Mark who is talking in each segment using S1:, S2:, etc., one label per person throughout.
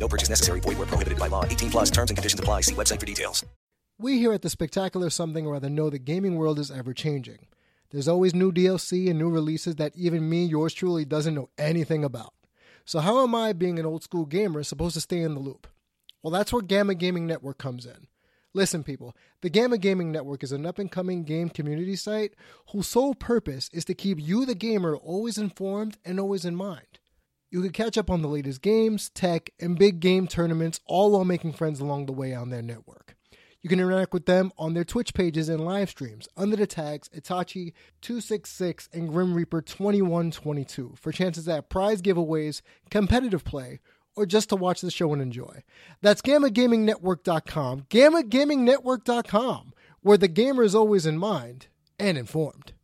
S1: No purchase necessary. Void where prohibited by law. 18 plus terms and conditions apply. See website for details.
S2: We here at the Spectacular Something or Other know the gaming world is ever changing. There's always new DLC and new releases that even me, yours truly, doesn't know anything about. So, how am I, being an old school gamer, supposed to stay in the loop? Well, that's where Gamma Gaming Network comes in. Listen, people, the Gamma Gaming Network is an up and coming game community site whose sole purpose is to keep you, the gamer, always informed and always in mind. You can catch up on the latest games, tech, and big game tournaments, all while making friends along the way on their network. You can interact with them on their Twitch pages and live streams under the tags Itachi266 and Grim Reaper2122 for chances at prize giveaways, competitive play, or just to watch the show and enjoy. That's GammaGamingNetwork.com, GammaGamingNetwork.com, where the gamer is always in mind and informed.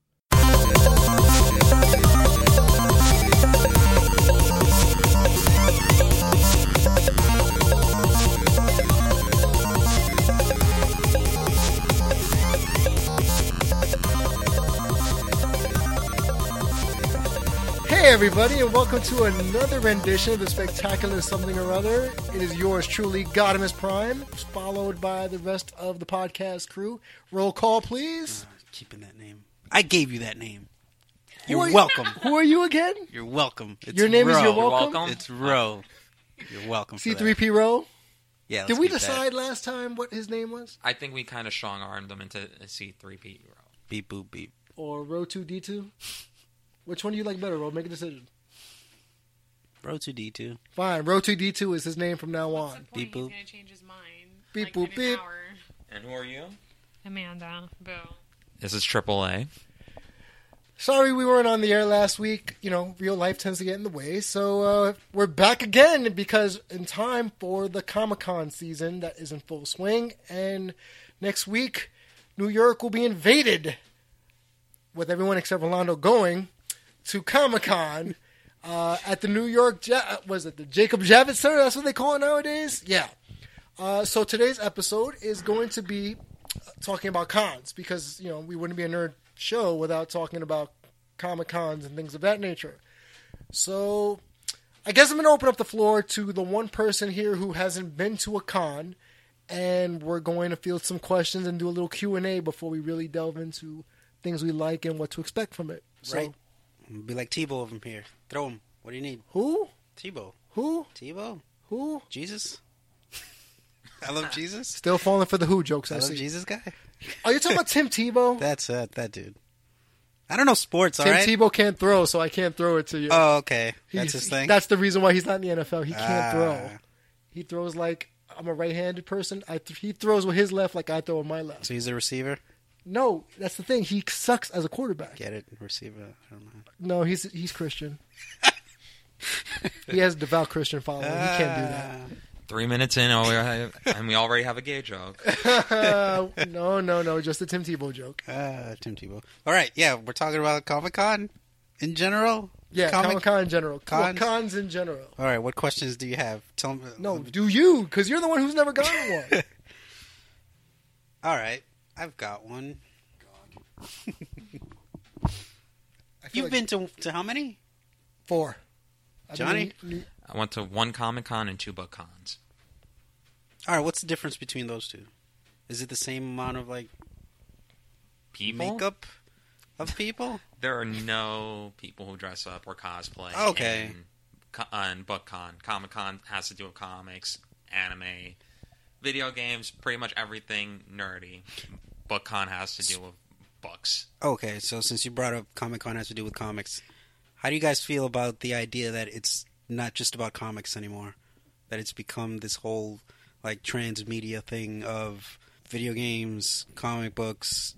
S2: Hey, everybody, and welcome to another rendition of the spectacular something or other. It is yours truly, Godimus Prime, followed by the rest of the podcast crew. Roll call, please.
S3: keeping that name. I gave you that name.
S2: Who
S3: You're
S2: are you-
S3: welcome.
S2: Who are you again?
S3: You're welcome. It's
S2: Your name is
S3: Ro.
S2: You're welcome?
S3: It's Ro. You're welcome. for that.
S2: C3P Row?
S3: Yeah. let's
S2: Did we
S3: keep that.
S2: decide last time what his name was?
S4: I think we kind of strong armed them into C three P.
S3: Beep boop beep.
S2: Or Row 2D2? Which one do you like better, Row? Make a decision.
S3: Ro two D two.
S2: Fine, Row 2D2 is his name from now on.
S3: Beep
S5: He's
S3: boop.
S5: gonna change his mind.
S2: Beep
S5: like, in
S2: boop
S5: an
S2: beep.
S5: hour.
S4: And who are you?
S5: Amanda, boo.
S4: This is AAA.
S2: Sorry we weren't on the air last week. You know, real life tends to get in the way. So uh, we're back again because in time for the Comic Con season that is in full swing. And next week, New York will be invaded with everyone except Orlando going to Comic Con uh, at the New York, ja- was it the Jacob Javits Center? That's what they call it nowadays? Yeah. Uh, so today's episode is going to be talking about cons because you know we wouldn't be a nerd show without talking about comic cons and things of that nature. So I guess I'm gonna open up the floor to the one person here who hasn't been to a con, and we're going to field some questions and do a little Q and A before we really delve into things we like and what to expect from it. So,
S3: Right. Be like Tebow of 'em here. Throw him. What do you need?
S2: Who?
S3: Tebow.
S2: Who?
S3: Tebow.
S2: Who?
S3: Jesus. I love Jesus.
S2: Still falling for the who jokes.
S3: I
S2: I
S3: love
S2: see.
S3: Jesus guy.
S2: Are you talking about Tim Tebow?
S3: That's uh, that dude. I don't know sports. All
S2: Tim
S3: right.
S2: Tebow can't throw, so I can't throw it to you.
S3: Oh okay. That's
S2: He's-
S3: his thing.
S2: That's the reason why he's not in the NFL. He can't
S3: Ah.
S2: throw. He throws like I'm a right-handed person. I th- he throws with his left, like I throw with my left.
S3: So he's a receiver.
S2: No, that's the thing. He sucks as a quarterback.
S3: Get it? Receiver. I don't know.
S2: No, he's he's Christian. he has a devout Christian following. He can't
S4: Three minutes in, oh, we and we already have a gay joke.
S2: do that. Uh, no, no, no. Just a Tim Tebow joke.
S3: Ah, Tim Tebow. All right, yeah, we're talking about Comic Con in general.
S2: Yeah, Comic Con in general. Well,
S3: Cons?
S2: cons in general.
S3: All right, what questions do you have? Tell me.
S2: No, do you? Because you're the one who's never gone to one.
S3: All right, I've got one.
S2: I feel
S3: You've
S2: like
S3: been to to how many?
S2: four. I've been
S3: Johnny?
S2: in New-
S4: I went to one Comic Con and two Book Cons.
S3: All right, what's the difference between those two? Is it the same amount of like
S4: People?
S3: makeup of people?
S4: There are no people who dress up or cosplay.
S3: Okay.
S4: in co- uh, in Book Con, Comic Con has to do with comics, anime, video games, pretty much everything nerdy. Book Con has to do with books.
S3: Okay, so since you brought up Comic Con has to do with comics, how do you guys feel about the idea that it's not just about comics anymore? That it's become this whole like transmedia thing of video games, comic books,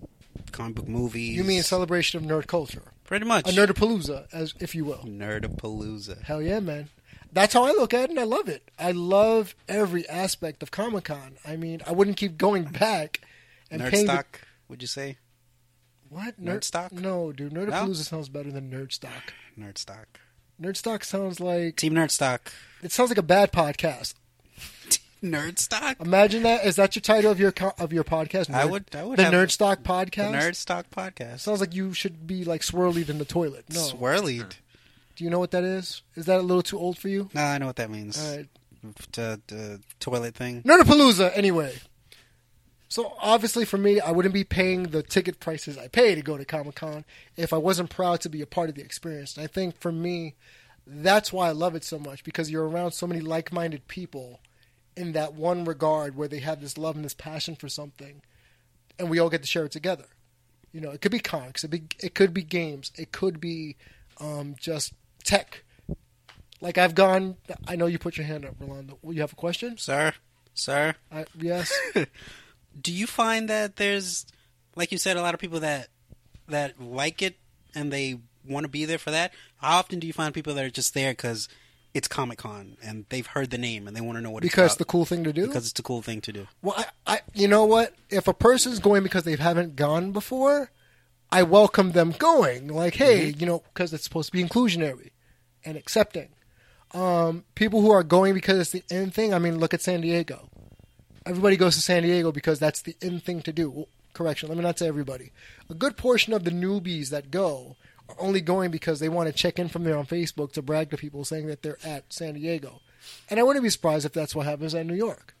S3: comic book movies.
S2: You mean celebration of nerd culture,
S3: pretty
S2: a
S3: much
S2: nerdapalooza, as if you will.
S3: nerdapalooza?
S2: Hell yeah, man. that's how I look at it, and I love it. I love every aspect of Comic Con. I mean, I wouldn't keep going back and
S3: Nerd
S2: paying. the-
S3: stock, would you say?
S2: what
S3: Nerdstock?
S2: No, dude, Nerdapalooza
S3: No?
S2: sounds better than Nerdstock.
S3: Nerd stock.
S2: Nerdstock sounds like
S3: Team Nerd stock.
S2: it sounds like a bad podcast.
S3: Nerd stock.
S2: Imagine that. Is that your title of your co- of your podcast?
S3: I
S2: Nerd-
S3: would- I would
S2: the
S3: have-
S2: Nerdstock
S3: The
S2: podcast.
S3: Nerd stock podcast.
S2: sounds like you should be like swirled in the toilet. No,
S3: Swirlied.
S2: do you know what that is? Is that a little too old for you?
S3: No, I know what that means.
S2: All right.
S3: The, the toilet thing.
S2: Nerdapalooza, anyway. So obviously, for me, I wouldn't be paying the ticket prices I pay to go to Comic Con if I wasn't proud to be a part of the experience. And I think for me, that's why I love it so much because you're around so many like-minded people in that one regard where they have this love and this passion for something, and we all get to share it together. You know, it could be comics, it, be, it could be games, it could be um, just tech. Like I've gone, I know you put your hand up, Rolando. Well, You have a question?
S3: Sir, sir,
S2: I, yes.
S3: do you find that there's, like you said, a lot of people that that like it and they want to be there for that? How often do you find people that are just there because it's Comic Con and they've heard the name and they want to know what
S2: because
S3: it's
S2: the
S3: about?
S2: cool thing to do.
S3: Uh, because it's the cool thing to do?
S2: well, I, I, you know what? If a person's going because they haven't gone before, I welcome them going. Like, hey, you know, because it's supposed to be inclusionary and accepting. Um, people who are going because it's the end thing. I mean, look at San Diego. Everybody goes to San Diego because that's the end thing to do. Well, correction, let me not say everybody. A good portion of the newbies that go are only going because they want to check in from there on Facebook to brag to people saying that they're at San Diego. And I wouldn't be surprised if that's what happens at New York.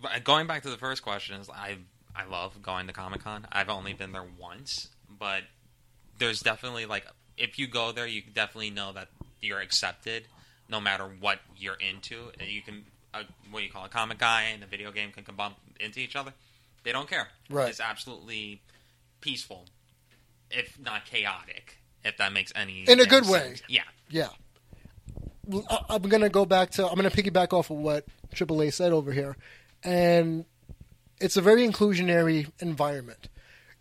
S4: But going back to the first question, is I I love going to Comic Con. I've only been there once, but there's definitely like if you go there, you definitely know that you're accepted, no matter what you're into. And You can a, what do you call it, a comic guy and a video game can come bump into each other. They don't care.
S2: Right.
S4: It's absolutely peaceful, if not chaotic. If that makes any
S2: In a good way.
S4: sense. Yeah.
S2: Yeah. Well, I- I'm going to go back to, I'm going to piggyback off of what AAA said over here. And it's a very inclusionary environment.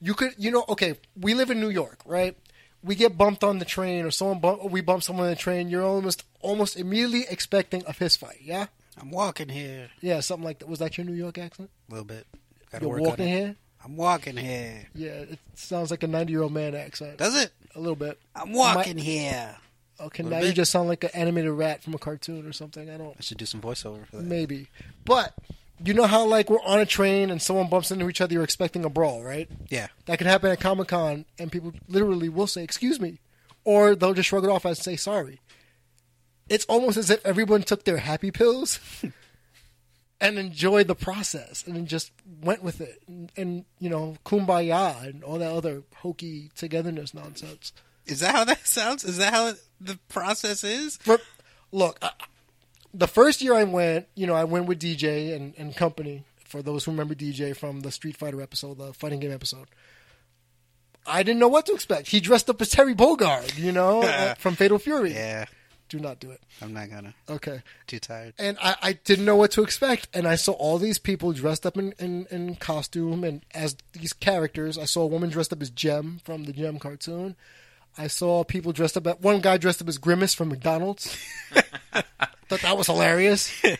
S2: You could, you know, okay, we live in New York, right? We get bumped on the train or someone bump, or we bump someone on the train, you're almost almost immediately expecting a fist fight, yeah?
S3: I'm walking here
S2: Yeah, something like that. Was that your New York accent?
S3: a little bit. Got to
S2: You're
S3: work
S2: walking
S3: on it.
S2: here?
S3: I'm walking here.
S2: Yeah, it sounds like a 90-year-old man accent.
S3: Does it?
S2: a little bit.
S3: I'm walking here.
S2: Okay,
S3: Little
S2: now you
S3: bit.
S2: just sound like an animated rat from a cartoon or something. I don't
S3: I should do some voiceover for that.
S2: Maybe. But you know how like we're on a train and someone bumps into each other, you're expecting a brawl, right?
S3: Yeah.
S2: That could happen at Comic Con and people literally will say, Excuse me or they'll just shrug it off and say sorry. It's almost as if everyone took their happy pills and enjoyed the process and then just went with it and, and you know, kumbaya and all that other hokey togetherness nonsense.
S3: Is that how that sounds? Is that how the process is?
S2: for look, I, the first year I went, you know, I went with DJ and, and company. For those who remember DJ from the Street Fighter episode, the fighting game episode, I didn't know what to expect. He dressed up as Terry Bogard, you know, uh, from Fatal Fury.
S3: Yeah.
S2: Do not do it.
S3: I'm not gonna.
S2: Okay.
S3: Too tired.
S2: And I, I didn't know what to expect. And I saw all these people dressed up in, in, in costume and as these characters. I saw a woman dressed up as Jem from the Jem cartoon. I saw people dressed up. One guy dressed up as Grimace from McDonald's. Thought that was hilarious.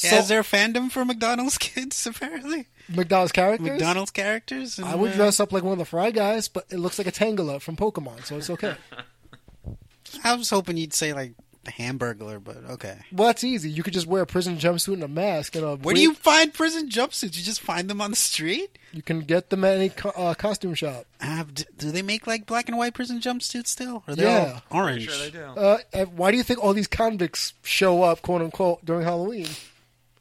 S3: Yeah,
S2: So-
S3: is there a fandom for McDonald's kids? Apparently,
S2: McDonald's characters.
S3: McDonald's characters. and,
S2: I would
S3: uh,
S2: dress up like one of the Fry Guys, but it looks like a Tangela from Pokemon, so it's okay.
S3: I was hoping you'd say like the Hamburglar, but okay.
S2: well, that's easy. You could just wear a prison jumpsuit and a mask. And a
S3: Where do you find prison jumpsuits? You just find them on the street.
S2: You can get them at any co- uh, costume shop.
S3: Uh, d- do they make like black and white prison jumpsuits still?
S2: Yeah.
S3: Or they're all orange.
S4: Sure they do.
S2: Uh, and why do you think all these convicts show up, quote unquote, during Halloween?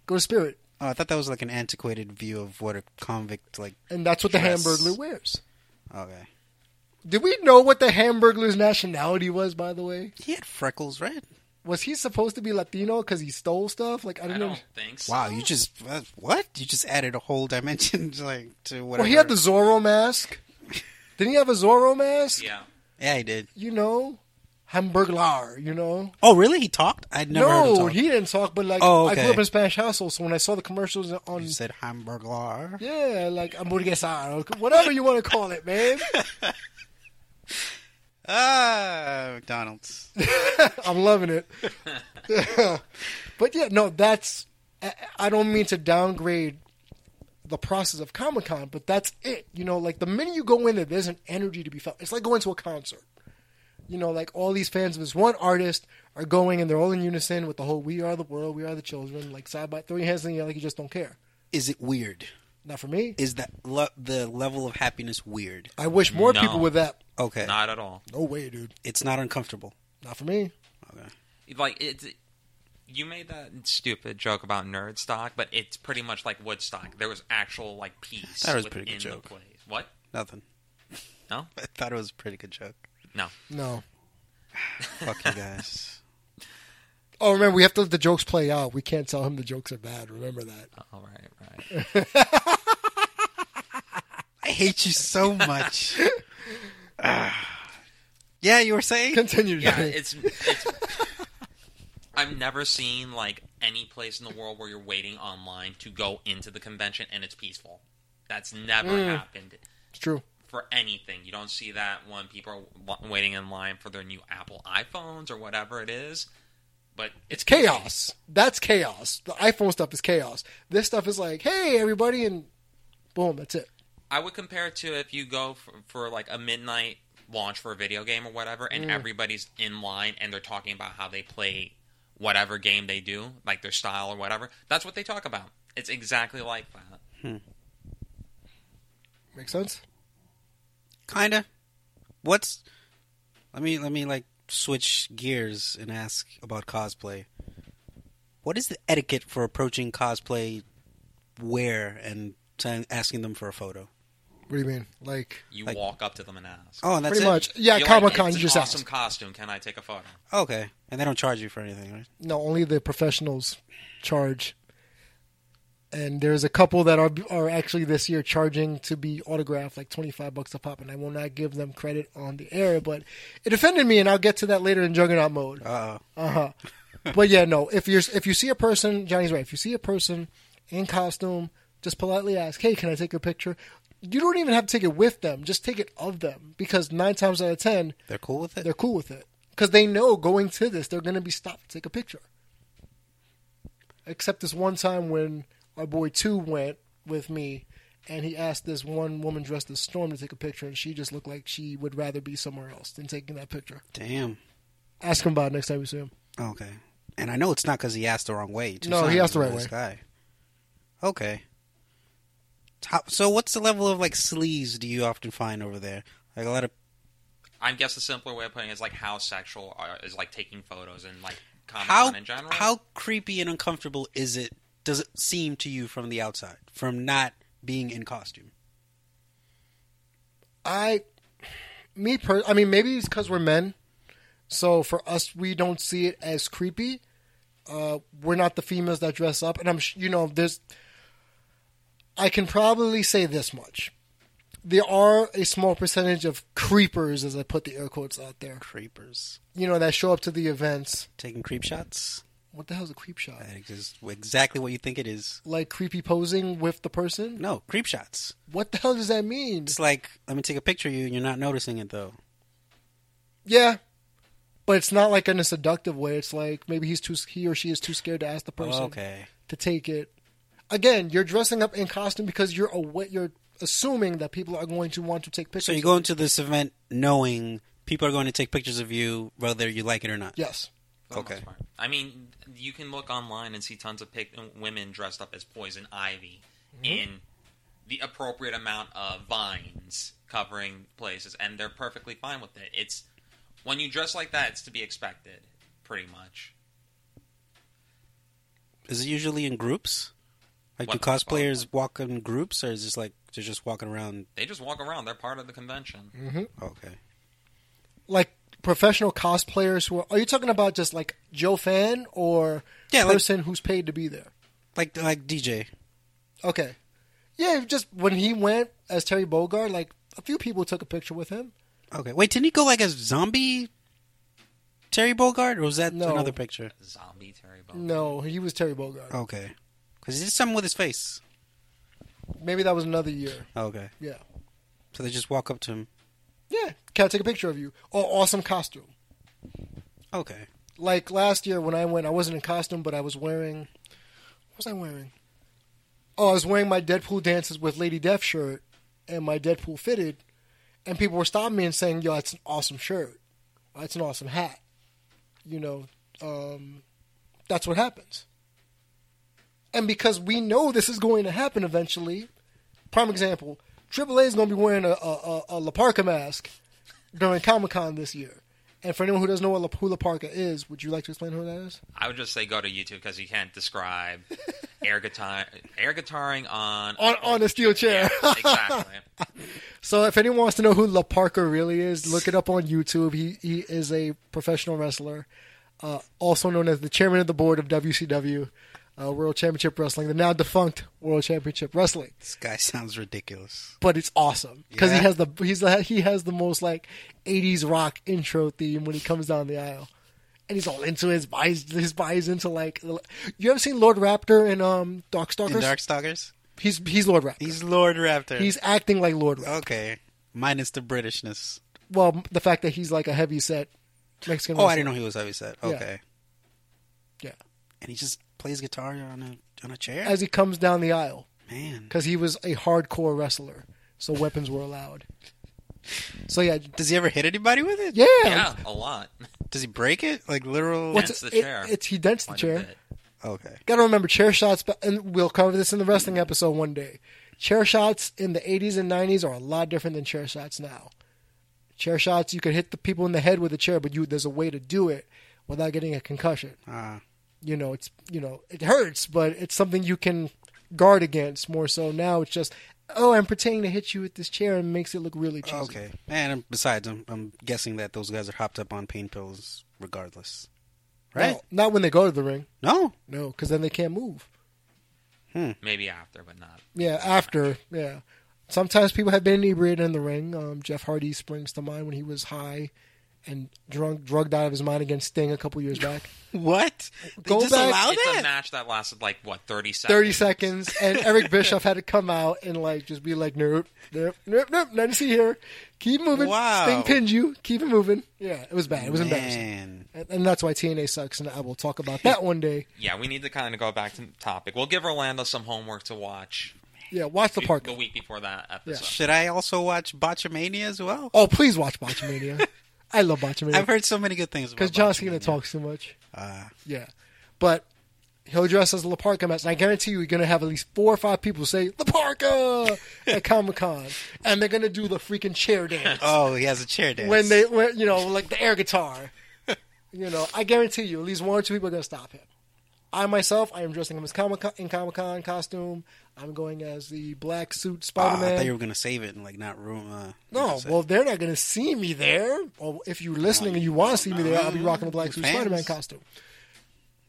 S2: Go to Spirit,
S3: Oh, I thought that was like an antiquated view of what a convict like.
S2: and that's what the
S3: Dress.
S2: Hamburglar wears.
S3: Okay,
S2: Did we know what the Hamburglar's nationality was, by the way?
S3: he had freckles, right?
S2: Was he supposed to be Latino because he stole stuff? Like I
S4: I
S2: don't know.
S4: don't think so.
S3: Wow, you just uh, what? You just added a whole dimension like to whatever.
S2: Well, he had the Zorro mask. Didn't he have a Zorro mask?
S4: Yeah.
S3: Yeah, he did.
S2: You know, Hamburglar. You know.
S3: Oh, really? He talked? I'd never heard him
S2: no,
S3: talk.
S2: he didn't talk. But like,
S3: Oh,
S2: I
S3: okay.
S2: grew up in a Spanish household, so when I saw the commercials on
S3: You said Hamburglar.
S2: Yeah, like hamburguesa, or whatever you want to call it, man.
S3: Ah, McDonald's.
S2: I'm loving it. but yeah, no, that's. I- I don't mean to downgrade the process of Comic Con, but that's it. You know, like the minute you go in there, there's an energy to be felt. It's like going to a concert. You know, like all these fans of this one artist are going and they're all in unison with the whole "We are the world, we are the children," like side by throwing your hands in the air like you just don't care.
S3: Is it weird?
S2: Not for me.
S3: Is that le- the level of happiness weird?
S2: I wish more
S4: No.
S2: people were that.
S3: Okay,
S4: Not at all.
S2: No way, dude.
S3: it's not uncomfortable.
S2: Not for me.
S3: Okay.
S4: Like it's. You made that stupid joke about nerd stock, but it's pretty much like Woodstock. There was actual like peace.
S3: That was a
S4: within
S3: pretty good
S4: the
S3: joke.
S4: place. What?
S3: Nothing.
S4: No,
S3: I thought it was a pretty good joke.
S4: no.
S2: No.
S3: Fuck you guys.
S2: Oh, remember we have to let the jokes play out. We can't tell him the jokes are bad. Remember that.
S4: All Oh, right, right.
S3: I hate you so much. Ah. yeah, you were saying?
S2: Continue.
S4: Yeah,
S2: Johnny.
S4: it's. it's I've never seen like any place in the world where you're waiting online to go into the convention and it's peaceful. That's never happened
S2: it's true.
S4: for anything. You don't see that when people are wa- waiting in line for their new Apple iPhones or whatever it is. But
S2: It's chaos. That's chaos. The iPhone stuff is chaos. This stuff is like, hey, everybody, and boom, that's it.
S4: I would compare it to if you go for, for like a midnight launch for a video game or whatever, and everybody's in line and they're talking about how they play whatever game they do, like their style or whatever. That's what they talk about. It's exactly like that.
S2: Make sense?
S3: Kinda. What's let me let me like switch gears and ask about cosplay. What is the etiquette for approaching cosplay wear and saying asking them for a photo?
S2: What do you mean? Like,
S4: You
S3: Like-
S4: walk up to them and ask.
S3: Oh, and that's
S2: pretty
S3: it?
S2: much. Yeah,
S4: You're like,
S2: Comic Con,
S4: "It's
S2: you
S4: an
S2: just
S4: awesome
S2: ask.
S4: costume. Can I take a photo?
S3: Okay, and they don't charge you for anything, right?
S2: No, only the professionals charge. And there's a couple that are are actually this year charging to be autographed like 25 bucks a pop, and I will not give them credit on the air, but it offended me, and I'll get to that later in Juggernaut mode. Uh-huh.
S3: Uh,
S2: but yeah, no. If you're if you see a person, Johnny's right. If you see a person in costume, just politely ask, "Hey, can I take a picture?" You don't even have to take it with them. Just take it of them because nine times out of ten,
S3: they're cool with it.
S2: they're cool with it because they know going to this, they're going to be stopped to take a picture. Except this one time when our boy two went with me. And he asked this one woman dressed as Storm to take a picture, and she just looked like she would rather be somewhere else than taking that picture.
S3: Damn.
S2: Ask him about it next time you see him.
S3: Okay. And I know it's not because he asked the wrong way. too.
S2: No, he asked the right way.
S3: Guy. Okay. How, so what's the level of like sleaze do you often find over there? Like a lot of
S4: I guess the simpler way of putting it is like how sexual are, is like taking photos and like Comic
S3: how
S4: Con Um, in general.
S3: how creepy and uncomfortable is it? Does it seem to you from the outside, from not being in costume?
S2: I, me per, I mean, maybe it's because we're men, so for us we don't see it as creepy. Uh, we're not the females that dress up, and I'm, sh- you know, there's. I can probably say this much: there are a small percentage of creepers, as I put the air quotes out there,
S3: Creepers
S2: you know, that show up to the events.
S3: taking creep shots.
S2: What the hell's a creep shot?
S3: That is exactly what you think it is.
S2: Like creepy posing with the person?
S3: No, creep shots.
S2: What the hell does that mean?
S3: It's like let me take a picture of you, and you're not noticing it though.
S2: Yeah. But it's not like in a seductive way. It's like maybe he's too he or she is too scared to ask the person
S3: Oh, Okay.
S2: to take it. Again, you're dressing up in costume because you're aware, you're assuming that people are going to want to take pictures.
S3: So you go into this event knowing people are going to take pictures of you, whether you like it or not.
S2: Yes.
S4: For the most
S3: Okay.
S4: part. I mean, you can look online and see tons of pic- women dressed up as poison ivy
S2: Mm-hmm.
S4: in the appropriate amount of vines covering places, and they're perfectly fine with it. It's when you dress like that, it's to be expected, pretty much.
S3: Is it usually in groups? Like,
S4: What
S3: do
S4: the fuck?
S3: cosplayers walk in groups, or is this like they're just walking around? Oh,
S4: They just walk around; they're part of the convention.
S2: Mm.
S3: Okay.
S2: Like professional cosplayers who are are you talking about just like Joe Fan or
S3: Yeah, like-
S2: person who's paid to be there?
S3: Like like DJ.
S2: Okay. Yeah, just when he went as Terry Bogard, like a few people took a picture with him.
S3: Okay. Wait, didn't he go like as zombie Terry Bogard, or was that
S2: No.
S3: another picture?
S4: Zombie Terry
S3: Oh.
S4: Bogard.
S2: No, he was Terry Bogard.
S3: Okay. Because he did something with his face.
S2: Maybe that was another year.
S3: Okay.
S2: Yeah.
S3: So they just walk up to him.
S2: Yeah, can I take a picture of you? Or awesome costume.
S3: Okay.
S2: Like last year when I went, I wasn't in costume, but I was wearing. What was I wearing? Oh, I was wearing my Deadpool dances with Lady Death shirt and my Deadpool fitted, and people were stopping me and saying, "Yo, that's an awesome shirt. That's an awesome hat." You know, um, that's what happens. And because we know this is going to happen eventually, prime example, AAA is going to be wearing a, a, a, a La Parka mask during Comic Con this year. And for anyone who doesn't know what La, who La Parka is, would you like to explain who that is?
S4: I would just say go to YouTube because you can't describe air guitar air guitaring on
S2: On, on a steel
S4: yeah,
S2: chair.
S4: exactly.
S2: so if anyone wants to know who La Parka really is, look it up on YouTube. He, he is a professional wrestler, uh, also known as the chairman of the board of WCW. Uh, World Championship Wrestling, the now defunct World Championship Wrestling.
S3: This guy sounds ridiculous.
S2: but it's awesome because
S3: Yeah.
S2: he has the he's the, he has the most like '80s rock intro theme when he comes down the aisle, and he's all into his buys his buys into like you ever seen Lord Raptor in um
S3: In
S2: Darkstalkers?
S3: Darkstalkers?
S2: he's he's Lord Raptor. He's,
S3: He's Lord Raptor.
S2: acting like Lord Raptor.
S3: okay. Minus the Britishness.
S2: well, the fact that he's like a heavy set Mexican.
S3: Oh, I didn't know he was heavy set.
S2: Yeah.
S3: Okay.
S2: Yeah,
S3: And he just plays guitar on a on a chair.
S2: as he comes down the aisle
S3: Man,
S2: because he was a hardcore wrestler, so weapons were allowed. So yeah,
S3: does he ever hit anybody with it?
S2: yeah.
S4: Yeah, a lot.
S3: Does he break it? Like literal?
S4: What's- Dents the
S2: it-
S4: chair.
S2: it's he dents the
S4: Quite a
S2: chair.
S4: bit.
S3: Okay.
S2: Got to remember chair shots, but and we'll cover this in the wrestling episode one day. Chair shots in the 80s and 90s are a lot different than chair shots now. Chair shots, you could hit the people in the head with a chair, but you there's a way to do it without getting a concussion.
S3: Ah,
S2: You know, it's you know it hurts, but it's something you can guard against more so now. It's just oh, I'm pretending to hit you with this chair and makes it look really cheesy.
S3: okay. And besides, I'm, I'm guessing that those guys are hopped up on pain pills, regardless, right?
S2: No, not when they go to the ring,
S3: No.
S2: no, because then they can't move.
S4: Maybe after, but not.
S2: Yeah, after. Yeah. Sometimes people have been inebriated in the ring. Um, Jeff Hardy springs to mind when he was high and drunk, drugged out of his mind against Sting a couple years back.
S3: What? They
S2: Go
S3: just
S2: back-
S3: allow
S4: it's a
S3: that?
S4: match that lasted like what thirty seconds.
S2: 30 seconds, and Eric Bischoff had to come out and like just be like, nope, nope, nope, nope, nothing to see here. Keep moving.
S3: Wow.
S2: Sting pinned you. Keep it moving. Yeah, it was bad. It was embarrassing.
S3: Man.
S2: And, and that's why TNA sucks, and I will talk about that one day.
S4: Yeah, we need to kind of go back to the topic. We'll give Orlando some homework to watch
S2: Yeah, watch the park.
S4: the week before that episode.
S3: Should I also watch Botchamania as well?
S2: Oh, please watch Botchamania. I love Botchamania.
S3: I've heard so many good things about
S2: Because John Cena
S3: Botchamania.
S2: talks too much.
S3: Ah.
S2: yeah. But he'll dress as La Parka mask. And I guarantee you, you're going to have at least four or five people say, La Parka at Comic Con. And they're going to do the freaking chair dance
S3: Oh, he has a chair dance.
S2: when they, when, you know, like the air guitar. You know, I guarantee you, at least one or two people are going to stop him. I myself, I am dressing him as Comic in Comic Con costume. I'm going as the black suit Spider
S3: Ah, I thought you
S2: Man.
S3: were gonna save it and like not ruin. Uh,
S2: no, well, they're not going to see me there. Or if you're listening and you want to see me there, I'll be rocking a black suit
S3: Fans.
S2: Spider Man costume.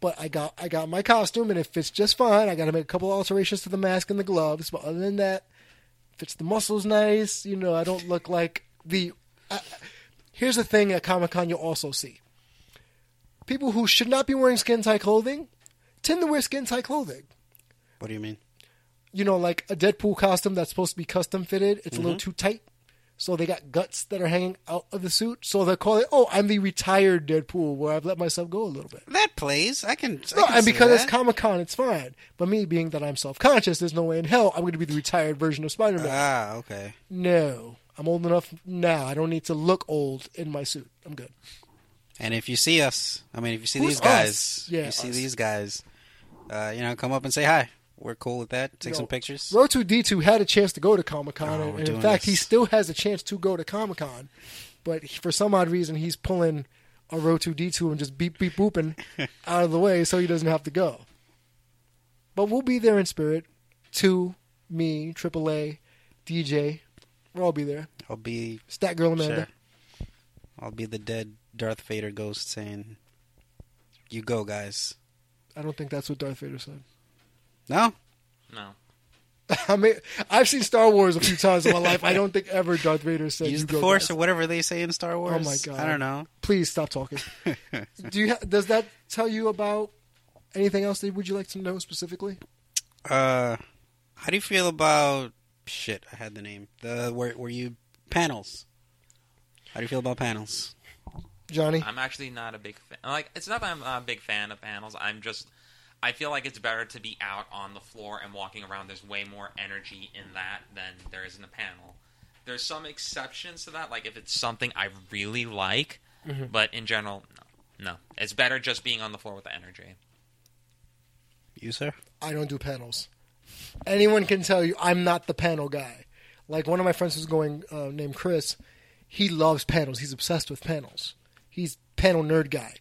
S2: But I got I got my costume and it fits just fine. I got to make a couple alterations to the mask and the gloves, but other than that, fits the muscles nice. You know, I don't look like the. I, here's the thing at Comic Con you'll also see people who should not be wearing skin tight clothing tend to wear skin tight clothing
S3: what do you mean?
S2: you know, like a Deadpool costume that's supposed to be custom fitted. It's a
S3: Mm-hmm.
S2: little too tight. So they got guts that are hanging out of the suit. So they call it, oh, I'm the retired Deadpool where I've let myself go a little bit.
S3: That plays. I can. I
S2: No,
S3: can
S2: and
S3: see
S2: because
S3: that.
S2: it's Comic Con, it's fine. But me being that I'm self conscious, there's no way in hell I'm going to be the retired version of Spider Man.
S3: Ah, okay.
S2: no. I'm old enough now. I don't need to look old in my suit. I'm good.
S3: And if you see us, I mean, if you see
S2: Who's
S3: these guys,
S2: us? Yeah,
S3: you see
S2: us.
S3: these guys, uh, you know, come up and say hi. We're cool with that. Take
S2: No.
S3: some pictures.
S2: Road 2 D2 had a chance to go to Comic Con,
S3: No, we're
S2: and in
S3: doing
S2: fact,
S3: this.
S2: he still has a chance to go to Comic Con, but he- for some odd reason, he's pulling a Road 2 D2 and just beep, beep, booping out of the way so he doesn't have to go. But we'll be there in spirit. Two, me, AAA, DJ, we'll all be there.
S3: I'll be
S2: Stat Girl
S3: sure.
S2: Amanda.
S3: I'll be the dead Darth Vader ghost saying, "You go, guys."
S2: I don't think that's what Darth Vader said.
S3: No,
S4: No,
S2: I mean, I've seen Star Wars a few times in my life. I don't think ever Darth Vader said
S3: use
S2: "You
S3: the
S2: go,
S3: Force
S2: guys."
S3: or whatever they say in Star Wars.
S2: Oh my god!
S3: I don't know.
S2: Please stop talking. Do you? Ha- does that tell you about anything else that would you like to know specifically?
S3: Uh, how do you feel about shit? I had the name. The where were you panels? How do you feel about panels?
S2: Johnny,
S4: I'm actually not a big fan. Like, it's not that I'm not a big fan of panels. I'm just, I feel like it's better to be out on the floor and walking around. There's way more energy in that than there is in a panel. There's some exceptions to that, like if it's something I really like, but in general, no, no. It's better just being on the floor with the energy.
S3: You, sir?
S2: I don't do panels. Anyone can tell you I'm not the panel guy. Like one of my friends who's going uh, named Chris, he loves panels. He's obsessed with panels. He's panel nerd guy.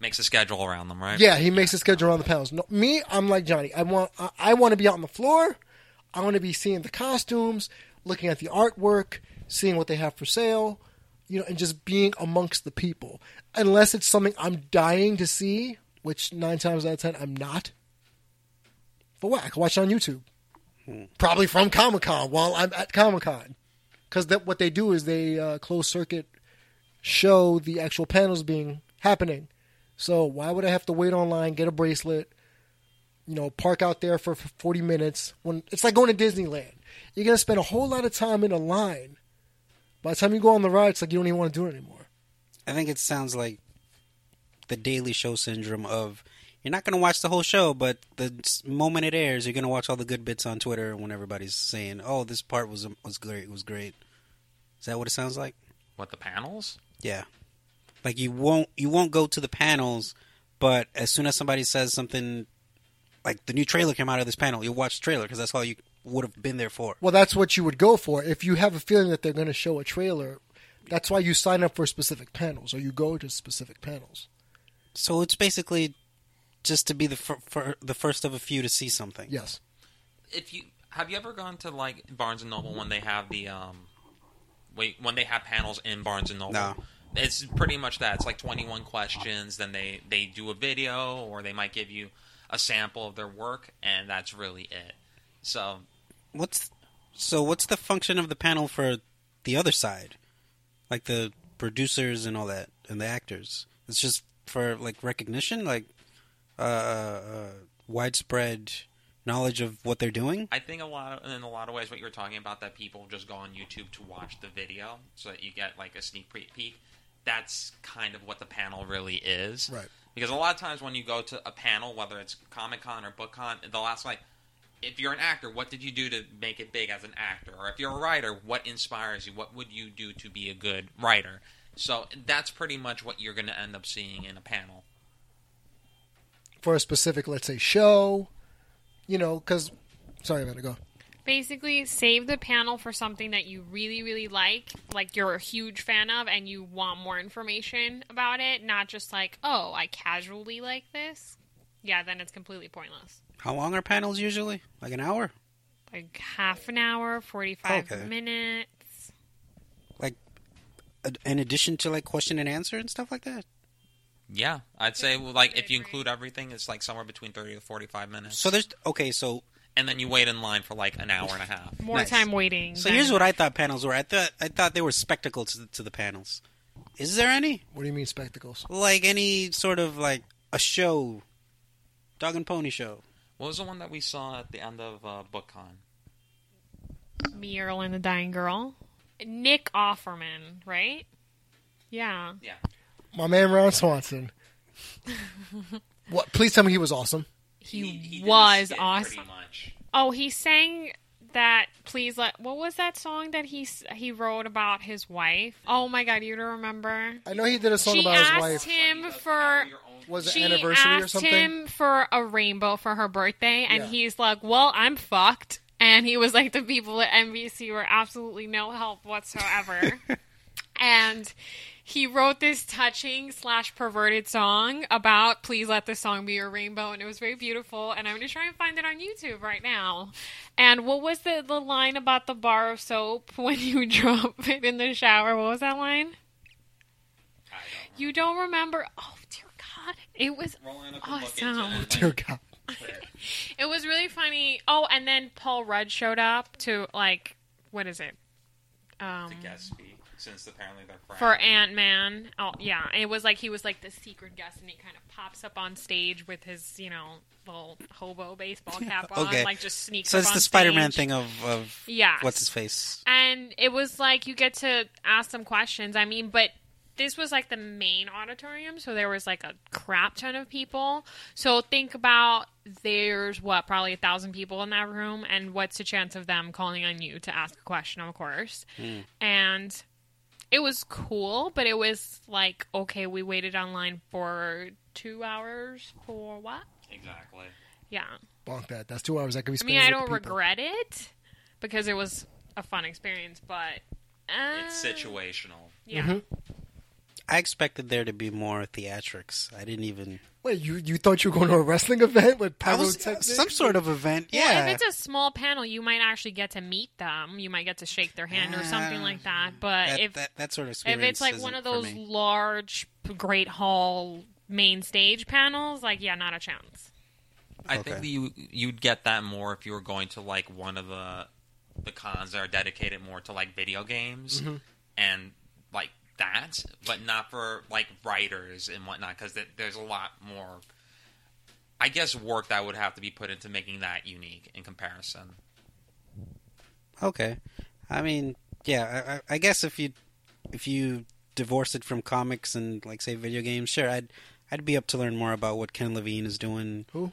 S4: Makes a schedule around them, right?
S2: Yeah, he makes a schedule around the panels. No, me, I'm like Johnny. I want I, I want to be out on the floor. I want to be seeing the costumes, looking at the artwork, seeing what they have for sale, you know, and just being amongst the people. Unless it's something I'm dying to see, which nine times out of ten I'm not. But what I can watch it on YouTube, probably from Comic Con while I'm at Comic Con, because that what they do is they uh, close circuit show the actual panels being happening. So why would I have to wait online, get a bracelet, you know, park out there for for 40 minutes when it's like going to Disneyland. You're going to spend a whole lot of time in a line. By the time you go on the ride, it's like you don't even want to do it anymore.
S3: I think it sounds like the Daily Show syndrome of you're not going to watch the whole show, but the s- moment it airs, you're going to watch all the good bits on Twitter when everybody's saying, "Oh, this part was was great, was great." Is that what it sounds like?
S4: What the panels?
S3: Yeah. Like you won't you won't go to the panels, but as soon as somebody says something like the new trailer came out of this panel, you'll watch the trailer because that's all you would have been there for.
S2: Well, that's what you would go for. If you have a feeling that they're going to show a trailer, that's why you sign up for specific panels or you go to specific panels.
S3: So it's basically just to be the fir- fir- the first of a few to see something.
S2: Yes.
S4: if you have you ever gone to like Barnes and Noble when they have the um wait when they have panels in Barnes and Noble?
S3: No.
S4: It's pretty much that. It's like 21 questions, then they they do a video or they might give you a sample of their work and that's really it. So,
S3: What's so what's the function of the panel for the other side? Like the producers and all that and the actors. It's just for like recognition, like uh, uh widespread knowledge of what they're doing.
S4: I think a lot of, in a lot of ways what you're talking about that people just go on YouTube to watch the video so that you get like a sneak pre- peek. That's kind of what the panel really is.
S2: Right.
S4: Because a lot of times when you go to a panel, whether it's Comic Con or Book Con, they'll ask like, if you're an actor, what did you do to make it big as an actor? Or if you're a writer, what inspires you? What would you do to be a good writer? So that's pretty much what you're going to end up seeing in a panel.
S2: For a specific, let's say, show, you know, because, sorry, I'm going to go.
S5: Basically, save the panel for something that you really, really like, like you're a huge fan of, and you want more information about it, not just like, oh, I casually like this. Yeah, then it's completely pointless.
S3: How long are panels usually? Like an hour?
S5: Like half an hour, 45
S3: Okay.
S5: minutes.
S3: Like ad- in addition to like question and answer and stuff like that?
S4: Yeah, I'd say well, like if you include everything, it's like somewhere between thirty to forty-five minutes.
S3: So there's okay, so
S4: and then you wait in line for like an hour and a half.
S5: More
S3: Nice.
S5: time waiting.
S3: so
S5: than-
S3: here's what I thought panels were. I thought I thought they were spectacles to the, to the panels. Is there any?
S2: What do you mean spectacles?
S3: like any sort of like a show, dog and pony show.
S4: What was the one that we saw at the end of uh, BookCon?
S5: Me, Earl, and the Dying Girl. Nick Offerman, right? Yeah.
S4: Yeah,
S2: My man Ron Swanson. what? Please tell me he was awesome.
S5: He, was awesome.
S4: Pretty much.
S5: Oh, he sang that please let what was that song that he s- he wrote about his wife? Oh my god, you don't remember?
S2: I know he did a song
S5: she
S2: about his
S5: asked
S2: wife.
S5: him for
S2: was it
S5: she
S2: anniversary or
S5: asked
S2: something?
S5: him for a rainbow for her birthday and
S2: Yeah.
S5: he's like, "Well, I'm fucked." And he was like the people at NBC were absolutely no help whatsoever. and he wrote this touching slash perverted song about please let this song be your rainbow and it was very beautiful and i'm going to try and find it on youtube right now and what was the, the line about the bar of soap when you drop it in the shower what was that line you don't remember oh dear god it was awesome
S2: Dear God.
S5: it was really funny oh and then paul rudd showed up to like what is it um
S4: guest speak. since apparently they're friends.
S5: for Ant Man. Oh yeah, it was like he was like the secret guest, and he kind of pops up on stage with his you know little hobo baseball cap on,
S3: Okay.
S5: like just sneaks.
S3: So
S5: up
S3: it's
S5: on
S3: the Spider-Man
S5: stage.
S3: thing of of
S5: Yeah.
S3: what's his face.
S5: And it was like you get to ask them questions. I mean, but this was like the main auditorium, so there was like a crap ton of people. So think about there's what probably a thousand people in that room, and what's the chance of them calling on you to ask a question? Of course, and. It was cool, but it was like, okay, we waited online for two hours for what?
S4: Exactly.
S5: Yeah.
S2: Bonk that. That's two hours. That could be
S5: I
S2: spent.
S5: mean, I
S2: with
S5: don't
S2: people.
S5: regret it because it was a fun experience, but uh,
S4: It's situational.
S5: Yeah,
S3: I expected there to be more theatrics. I didn't even.
S2: Wait, you, you thought you were going to a wrestling event with
S3: I was uh,
S2: pyrotechnics?
S3: some sort of event.
S5: Well,
S3: Yeah.
S5: if it's a small panel, you might actually get to meet them. You might get to shake their hand or something like that. But
S3: that,
S5: if
S3: that, that sort of
S5: if
S3: experience
S5: it's like one
S3: isn't
S5: of
S3: for
S5: those
S3: me.
S5: large, great hall main stage panels, like yeah, not a chance.
S4: I
S3: Okay.
S4: think that you you'd get that more if you were going to like one of the the cons that are dedicated more to like video games and like that, but not for like writers and whatnot because there's a lot more. I guess work that would have to be put into making that unique in comparison.
S3: Okay, I mean, yeah, I- I, I guess if you if you divorce it from comics and like say video games, sure, I'd I'd be up to learn more about what Ken Levine is doing.
S2: Who?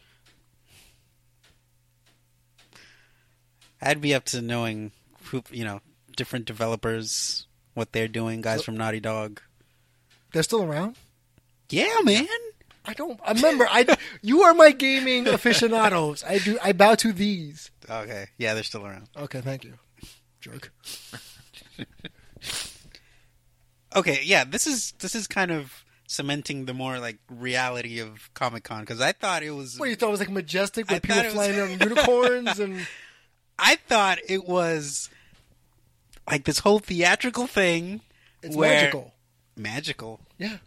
S3: I'd be up to knowing who you know different developers, what they're doing, guys from Naughty Dog.
S2: They're still around?
S3: Yeah, man.
S2: I don't. I remember. I you are my gaming aficionados. I do. I bow to these.
S3: Okay, yeah, they're still around.
S2: Okay, thank you, jerk.
S3: Okay, yeah, this is this is kind of cementing the more like reality of Comic Con because I thought it was
S2: What you thought it was like majestic
S3: I
S2: with people
S3: thought it was-
S2: flying on unicorns and
S3: I thought it was like this whole theatrical thing.
S2: it's
S3: where-
S2: magical.
S3: Magical.
S2: Yeah,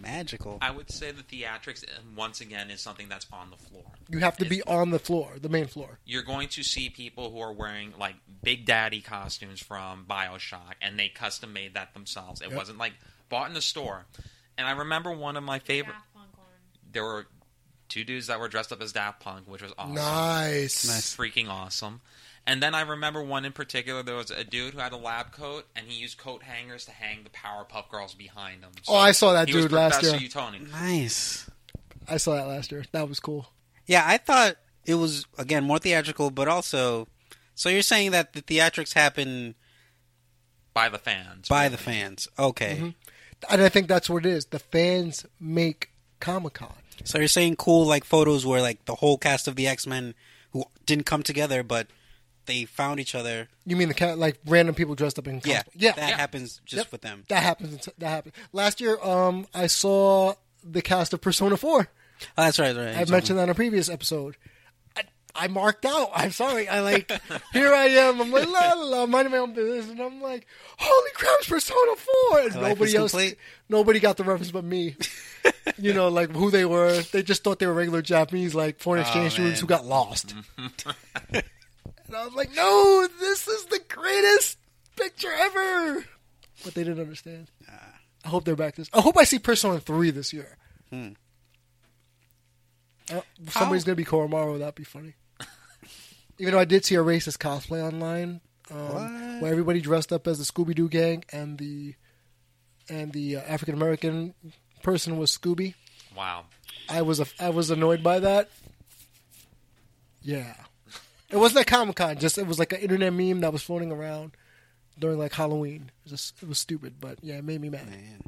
S3: Magical.
S4: I would say the theatrics uh, once again is something that's on the floor.
S2: you have to be on the floor, the main floor.
S4: You're going to see people who are wearing like Big Daddy costumes from Bioshock, and they custom made that themselves. It wasn't like bought in the store. And I remember one of my favorite. there were two dudes that were dressed up as Daft Punk, which was awesome.
S2: Nice.
S3: Nice.
S4: Freaking awesome. And then I remember one in particular. There was a dude who had a lab coat, and he used coat hangers to hang the Powerpuff Girls behind him.
S2: Oh, I saw that
S4: he was
S2: dude last
S4: Professor
S2: year.
S4: Utoni.
S3: Nice.
S2: I saw that last year. That was cool.
S3: Yeah, I thought it was again more theatrical, but also. So you're saying that the theatrics happen
S4: by the fans.
S3: by the fans? Okay.
S2: And I think that's what it is. The fans make Comic Con.
S3: So you're saying cool like photos where like the whole cast of the X Men who didn't come together, but they found each other.
S2: You mean the cat like random people dressed up in cosplay?
S3: Yeah,
S2: yeah,
S3: That
S4: Yeah.
S3: happens just
S2: Yep.
S3: with them.
S2: That happens. That happened last year. Um, I saw the cast of Persona Four.
S3: Oh, that's right. That's right.
S2: I mentioned that in a previous episode. I, I marked out. I'm sorry. I like here I am. I'm like la la la, minding my own business, and I'm like, holy crap, it's Persona Four. And
S3: My life is
S2: nobody else,
S3: complete.
S2: nobody got the reference but me. you know, like who they were. They just thought they were regular Japanese, like foreign exchange students who got lost. and I was like, no, this is the greatest picture ever. But they didn't understand. I hope they're back this. I hope I see Persona Three this year. Uh, somebody's gonna be Koromaru. That'd be funny. Even though I did see a racist cosplay online, um, where everybody dressed up as the Scooby Doo gang and the and the uh, African American person was Scooby.
S4: Wow.
S2: I was a, I was annoyed by that. Yeah, it wasn't a Comic Con. Just it was like an internet meme that was floating around during like Halloween. It was, just, it was stupid, but yeah, it made me mad.
S3: Man.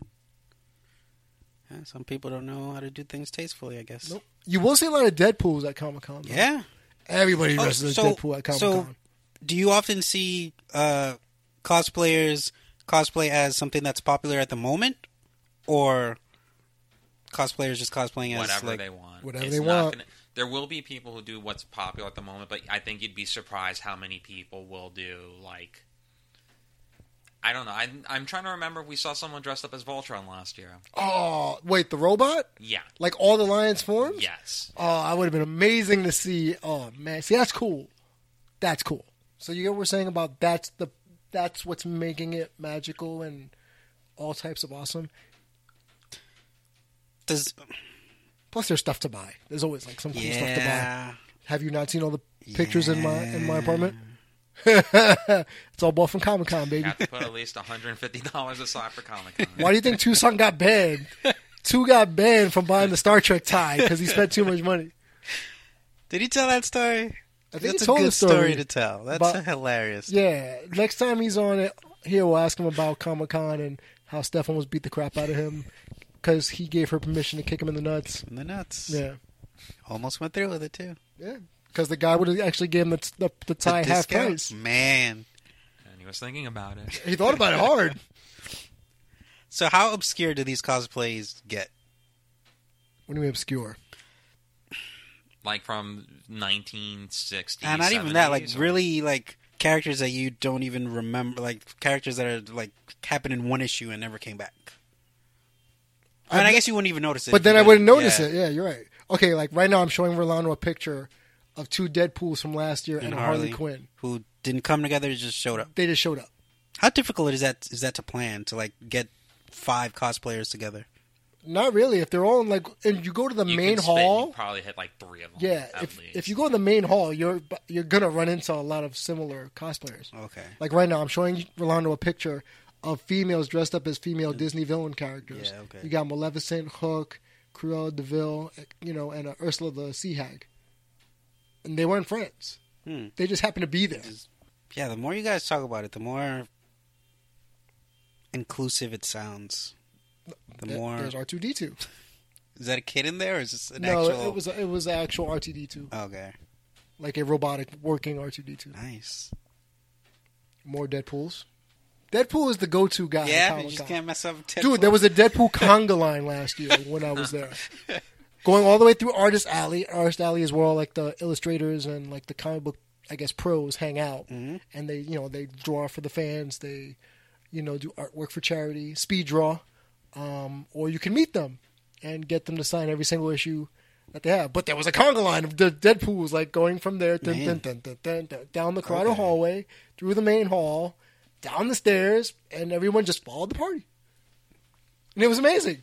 S3: Yeah, some people don't know how to do things tastefully, I guess.
S2: Nope. You will see a lot of Deadpool's at Comic Con.
S3: Yeah.
S2: everybody
S3: Oh,
S2: dresses as Deadpool at Comic Con.
S3: so do you often see uh, cosplayers cosplay as something that's popular at the moment, or cosplayers just cosplaying as
S4: Whatever
S3: like,
S4: they want.
S2: whatever
S4: It's
S2: they
S4: not
S2: want.
S4: Gonna, there will be people who do what's popular at the moment, but I think you'd be surprised how many people will do like. I don't know. I'm, I'm trying to remember if we saw someone dressed up as Voltron last year.
S2: Oh, wait, the robot?
S4: Yeah.
S2: Like all the lions forms?
S4: Yes.
S2: Oh, that would have been amazing to see. Oh man, see that's cool. That's cool. So you get what we're saying about that's the that's what's making it magical and all types of awesome.
S3: Does
S2: Plus, there's stuff to buy. There's always like some cool stuff to buy.
S3: yeah.
S2: Have you not seen all the pictures in my in my apartment? it's all bought from Comic Con,
S4: You
S2: baby.
S4: have to put at least $150 aside for Comic Con.
S2: Why do you think Tucson got banned? Two got banned from buying the Star Trek tie because he spent too much money.
S3: Did he tell that story?
S2: I think
S3: That's
S2: he
S3: a
S2: told
S3: good
S2: the story,
S3: to tell. That's
S2: but-
S3: a hilarious.
S2: Yeah, next time he's on it, here we'll ask him about Comic Con and how Steph almost beat the crap out of him because he gave her permission to kick him in the nuts.
S3: The nuts.
S2: Yeah,
S3: Almost went through with it too.
S2: yeah, because the guy would have actually gave him the, the, the tie
S3: The
S2: half
S3: discount?
S2: price.
S3: Man.
S4: And he was thinking about it.
S2: He thought about it hard.
S3: So how obscure do these cosplays get?
S2: What do you mean obscure?
S4: Like from 1960.
S3: And Ah, not even that, like
S4: 70s, or-
S3: really like characters that you don't even remember, like characters that are like happened in one issue and never came back. I mean, I guess you wouldn't even notice it.
S2: But then I
S3: because-
S2: wouldn't notice
S3: yeah.
S2: it. Yeah, you're right. Okay, like right now I'm showing Rolando a picture of two Deadpools from last year and, a Harley Quinn.
S3: who didn't come together, it just showed up.
S2: They just showed up.
S3: How difficult is that? Is that to plan to like get five cosplayers together?
S2: Not really. If they're all in like, and you go to the
S4: you
S2: main
S4: could spit-
S2: hall.
S4: you probably hit like three of them.
S2: yeah,
S4: at
S2: if,
S4: least.
S2: if you go in the main hall, you're you're gonna run into a lot of similar cosplayers.
S3: Okay.
S2: Like right now, I'm showing Rolando a picture of females dressed up as female Disney villain characters.
S3: Yeah, okay.
S2: You got Maleficent, Hook, Cruella Deville, you know, and uh, Ursula the Sea Hag. And they weren't friends.
S3: Hmm.
S2: They just happened to be there.
S3: Yeah, the more you guys talk about it, the more inclusive it sounds. The
S2: There-
S3: more
S2: There's R2D2.
S3: is that a kid in there? Or is this an
S2: no,
S3: actual?
S2: it was it was actual R2D2,
S3: okay.
S2: like a robotic working R2D2.
S3: Nice.
S2: More Deadpool's. Deadpool is the go-to guy. at
S3: Yeah, you
S2: Comic-Con.
S3: just can't mess up. Ted
S2: Dude, there was a Deadpool conga line last year when I was there. Going all the way through Artist Alley. Artist Alley is where all like the illustrators and like the comic book, I guess, pros hang out,
S3: Mm-hmm.
S2: and they, you know, they draw for the fans. They, you know, do artwork for charity, speed draw, um, or you can meet them and get them to sign every single issue that they have. But there was a conga line of the Deadpool was like going from there, dun, dun, dun, dun, dun, dun, down the crowded hallway, through the main hall, down the stairs, and everyone just followed the party. And it was amazing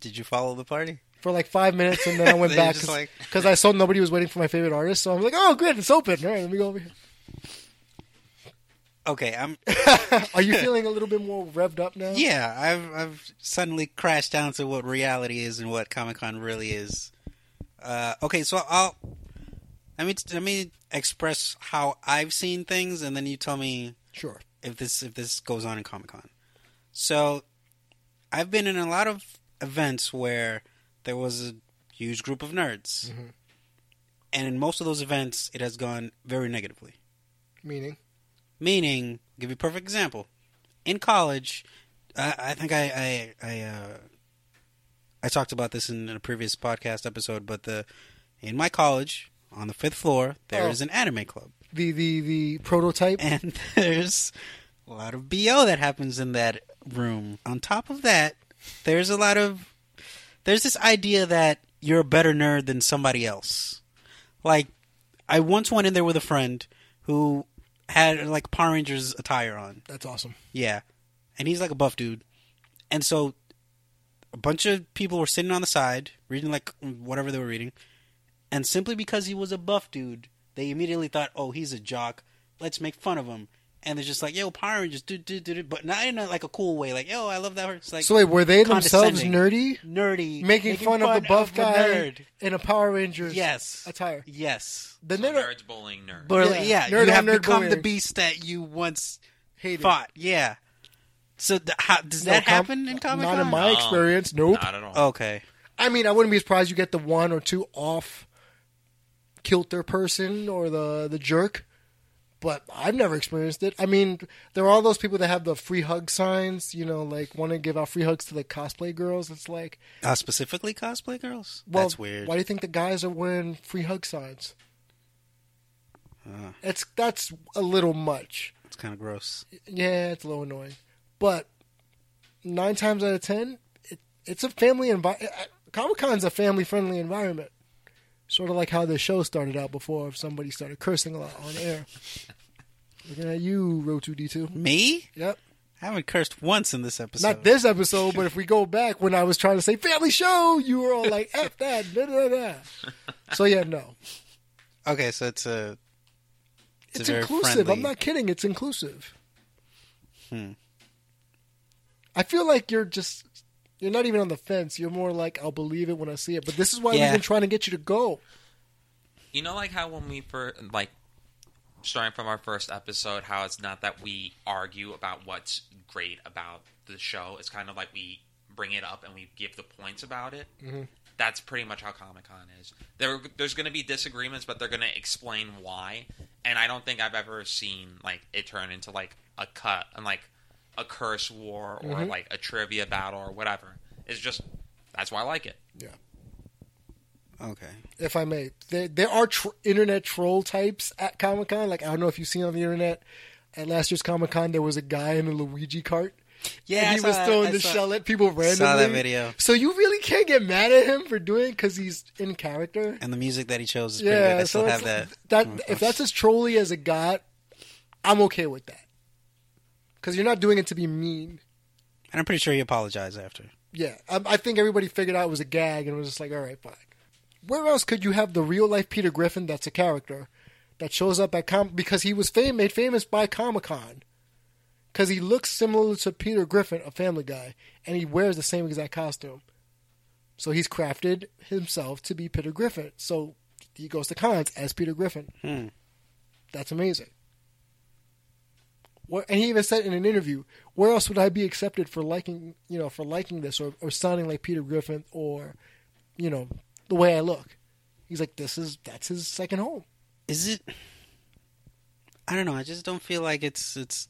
S3: Did you follow the party?
S2: for like five minutes, and then I went
S3: They
S2: back
S3: just,
S2: because
S3: like-
S2: I saw nobody was waiting for my favorite artist. So I'm like, oh, good, it's open. All right, let me go over here.
S3: Okay, I'm.
S2: Are you feeling a little bit more revved up now?
S3: Yeah, I've I've suddenly crashed down to what reality is and what Comic Con really is. Uh, okay, so I'll. Let me let me express how I've seen things, and then you tell me
S2: Sure.
S3: if this if this goes on in Comic Con. So, I've been in a lot of events where there was a huge group of nerds,
S2: Mm-hmm.
S3: and in most of those events, it has gone very negatively.
S2: Meaning,
S3: Meaning, give you a perfect example. In college, I, I think I I I, uh, I talked about this in a previous podcast episode, but the in my college on the fifth floor there is
S2: Oh.
S3: an anime club,
S2: the the the prototype.
S3: and there's a lot of bo that happens in that room. On top of that, there's a lot of there's this idea that you're a better nerd than somebody else. Like, I once went in there with a friend who had like Power Rangers attire on.
S2: That's awesome.
S3: Yeah. And he's like a buff dude. And so a bunch of people were sitting on the side reading like whatever they were reading. And simply because he was a buff dude, they immediately thought, "Oh, he's a jock. Let's make fun of him." And they're just like, "Yo, Power Rangers, do do do," do," but not in a, like a cool way, like, "Yo, I love that." It's like
S2: So wait, were they themselves
S3: condescending,
S2: nerdy,
S3: nerdy,
S2: making, fun, of the buff guy
S3: nerd.
S2: in a Power Rangers
S3: Yes,
S2: attire?
S3: Yes,
S2: Then
S4: So
S2: they
S4: nerds bullying nerds.
S3: but
S2: Yeah.
S3: yeah,
S2: Nerd
S3: you
S2: on
S3: have
S2: nerd
S3: become the
S2: bullying.
S3: beast that you once
S2: hated.
S3: fought. Yeah. So th- how, does that happen in Comic Con?
S2: Not in my
S4: No.
S2: experience. Nope.
S4: Um, Not at all.
S3: Oh, Okay.
S2: I mean, I wouldn't be surprised you get the one or two off kilter person or the the jerk, but I've never experienced it. I mean, there are all those people that have the free hug signs, you know, like want to give out free hugs to the cosplay girls. It's like,
S3: Uh, specifically cosplay girls?
S2: well,
S3: That's weird.
S2: Why do you think the guys are wearing free hug signs? It's that's a little much.
S3: It's kind of gross.
S2: Yeah, it's a little annoying, but nine times out of ten, it, it's a family environment. Comic Con's a family friendly environment, sort of like how the show started out before if somebody started cursing a lot on air. Looking at you, Row 2D2.
S3: Me?
S2: Yep.
S3: I haven't cursed once in this episode.
S2: Not this episode, but if we go back when I was trying to say family show, you were all like, F that, da da da. So, yeah, no.
S3: Okay, so it's a.
S2: It's,
S3: a very
S2: inclusive.
S3: friendly- Hmm.
S2: I'm not kidding. It's inclusive. I feel like you're just. You're not even on the fence. You're more like, I'll believe it when I see it. But this is why we've
S3: Yeah.
S2: been trying to get you to go.
S4: You know, like how when we first, like, starting from our first episode, how it's not that we argue about what's great about the show. It's kind of like we bring it up and we give the points about it. Mm-hmm. That's pretty much how Comic Con is. There, there's going to be disagreements, but they're going to explain why. And I don't think I've ever seen like it turn into like a cut and like a curse war or like a trivia battle or whatever. It's just that's why I like it.
S2: Yeah.
S3: Okay.
S2: if I may, there, there are tr- internet troll types at Comic Con. Like, I don't know if you've seen on the internet. At last year's Comic Con, there was a guy in a Luigi cart.
S3: Yeah,
S2: and
S3: I
S2: he
S3: saw
S2: was
S3: that-
S2: throwing
S3: I
S2: the
S3: saw-
S2: shell at people randomly.
S3: saw that video.
S2: So you really can't get mad at him for doing it because he's in character.
S3: And the music that he chose is pretty
S2: Yeah,
S3: good. I
S2: so
S3: still have that.
S2: that's- If that's as trolly as it got, I'm okay with that. Because you're not doing it to be mean.
S3: And I'm pretty sure he apologized after.
S2: Yeah, I, I think everybody figured out it was a gag and was just like, all right, fine. Where else could you have the real life Peter Griffin that's a character that shows up at com because he was fam- made famous by Comic Con because he looks similar to Peter Griffin, a Family Guy, and he wears the same exact costume. So he's crafted himself to be Peter Griffin. So he goes to cons as Peter Griffin. That's amazing. Where, and he even said in an interview, "Where else would I be accepted for liking, you know, for liking this or, or sounding like Peter Griffin or, you know, the way I look?" He's like, "This is that's his second home."
S3: Is it? I don't know. I just don't feel like it's it's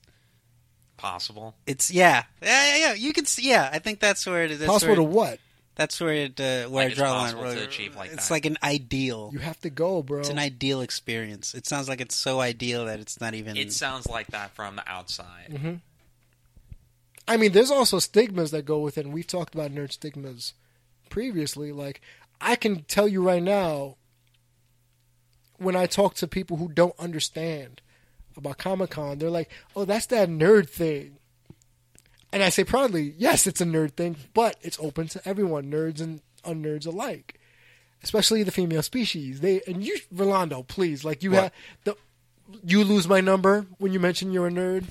S4: Possible.
S3: it's yeah yeah yeah. yeah. You can see, yeah. I think that's where it, that's
S2: Possible to
S3: where,
S2: what?
S3: that's where it uh, where I
S4: it's
S3: draw the line.
S4: possible
S3: Where-
S4: to achieve like
S3: it's
S4: that.
S3: like an ideal.
S2: You have to go, bro.
S3: It's an ideal experience. It sounds like it's so ideal that it's not even.
S4: It sounds like that from the outside.
S2: I mean, there's also stigmas that go with it, and we've talked about nerd stigmas previously. Like, I can tell you right now, when I talk to people who don't understand about Comic Con, they're like, oh, that's that nerd thing. And I say proudly, yes, it's a nerd thing, but it's open to everyone, nerds and unnerds alike, especially the female species. They and you, Rolando, please, like you
S3: What?
S2: have the, you lose my number when you mention you're a nerd.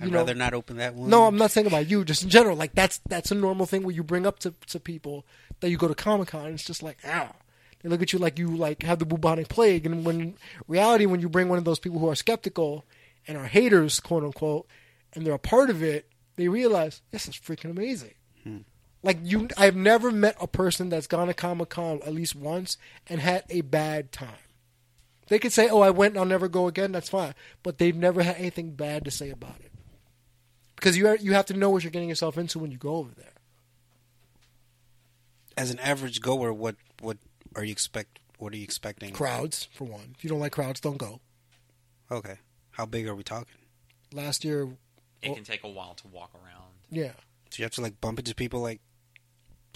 S3: I'd
S2: you know-
S3: rather not open that one.
S2: No, I'm not saying about you. Just in general, like that's that's a normal thing where you bring up to, to people that you go to Comic Con. It's just like ah, they look at you like you like have the bubonic plague. And when in reality, when you bring one of those people who are skeptical and are haters, quote unquote, and they're a part of it, they realize this is freaking amazing. Like you, I've never met a person that's gone to Comic Con at least once and had a bad time. They could say, "Oh, I went and I'll never go again." That's fine, but they've never had anything bad to say about it because you you have to know what you're getting yourself into when you go over there.
S3: As an average goer, what what are you expect? What are you expecting?
S2: Crowds, for one. If you don't like crowds, don't go.
S3: Okay. How big are we talking?
S2: Last year,
S4: It can take a while to walk around.
S2: yeah,
S3: Do you have to like bump into people like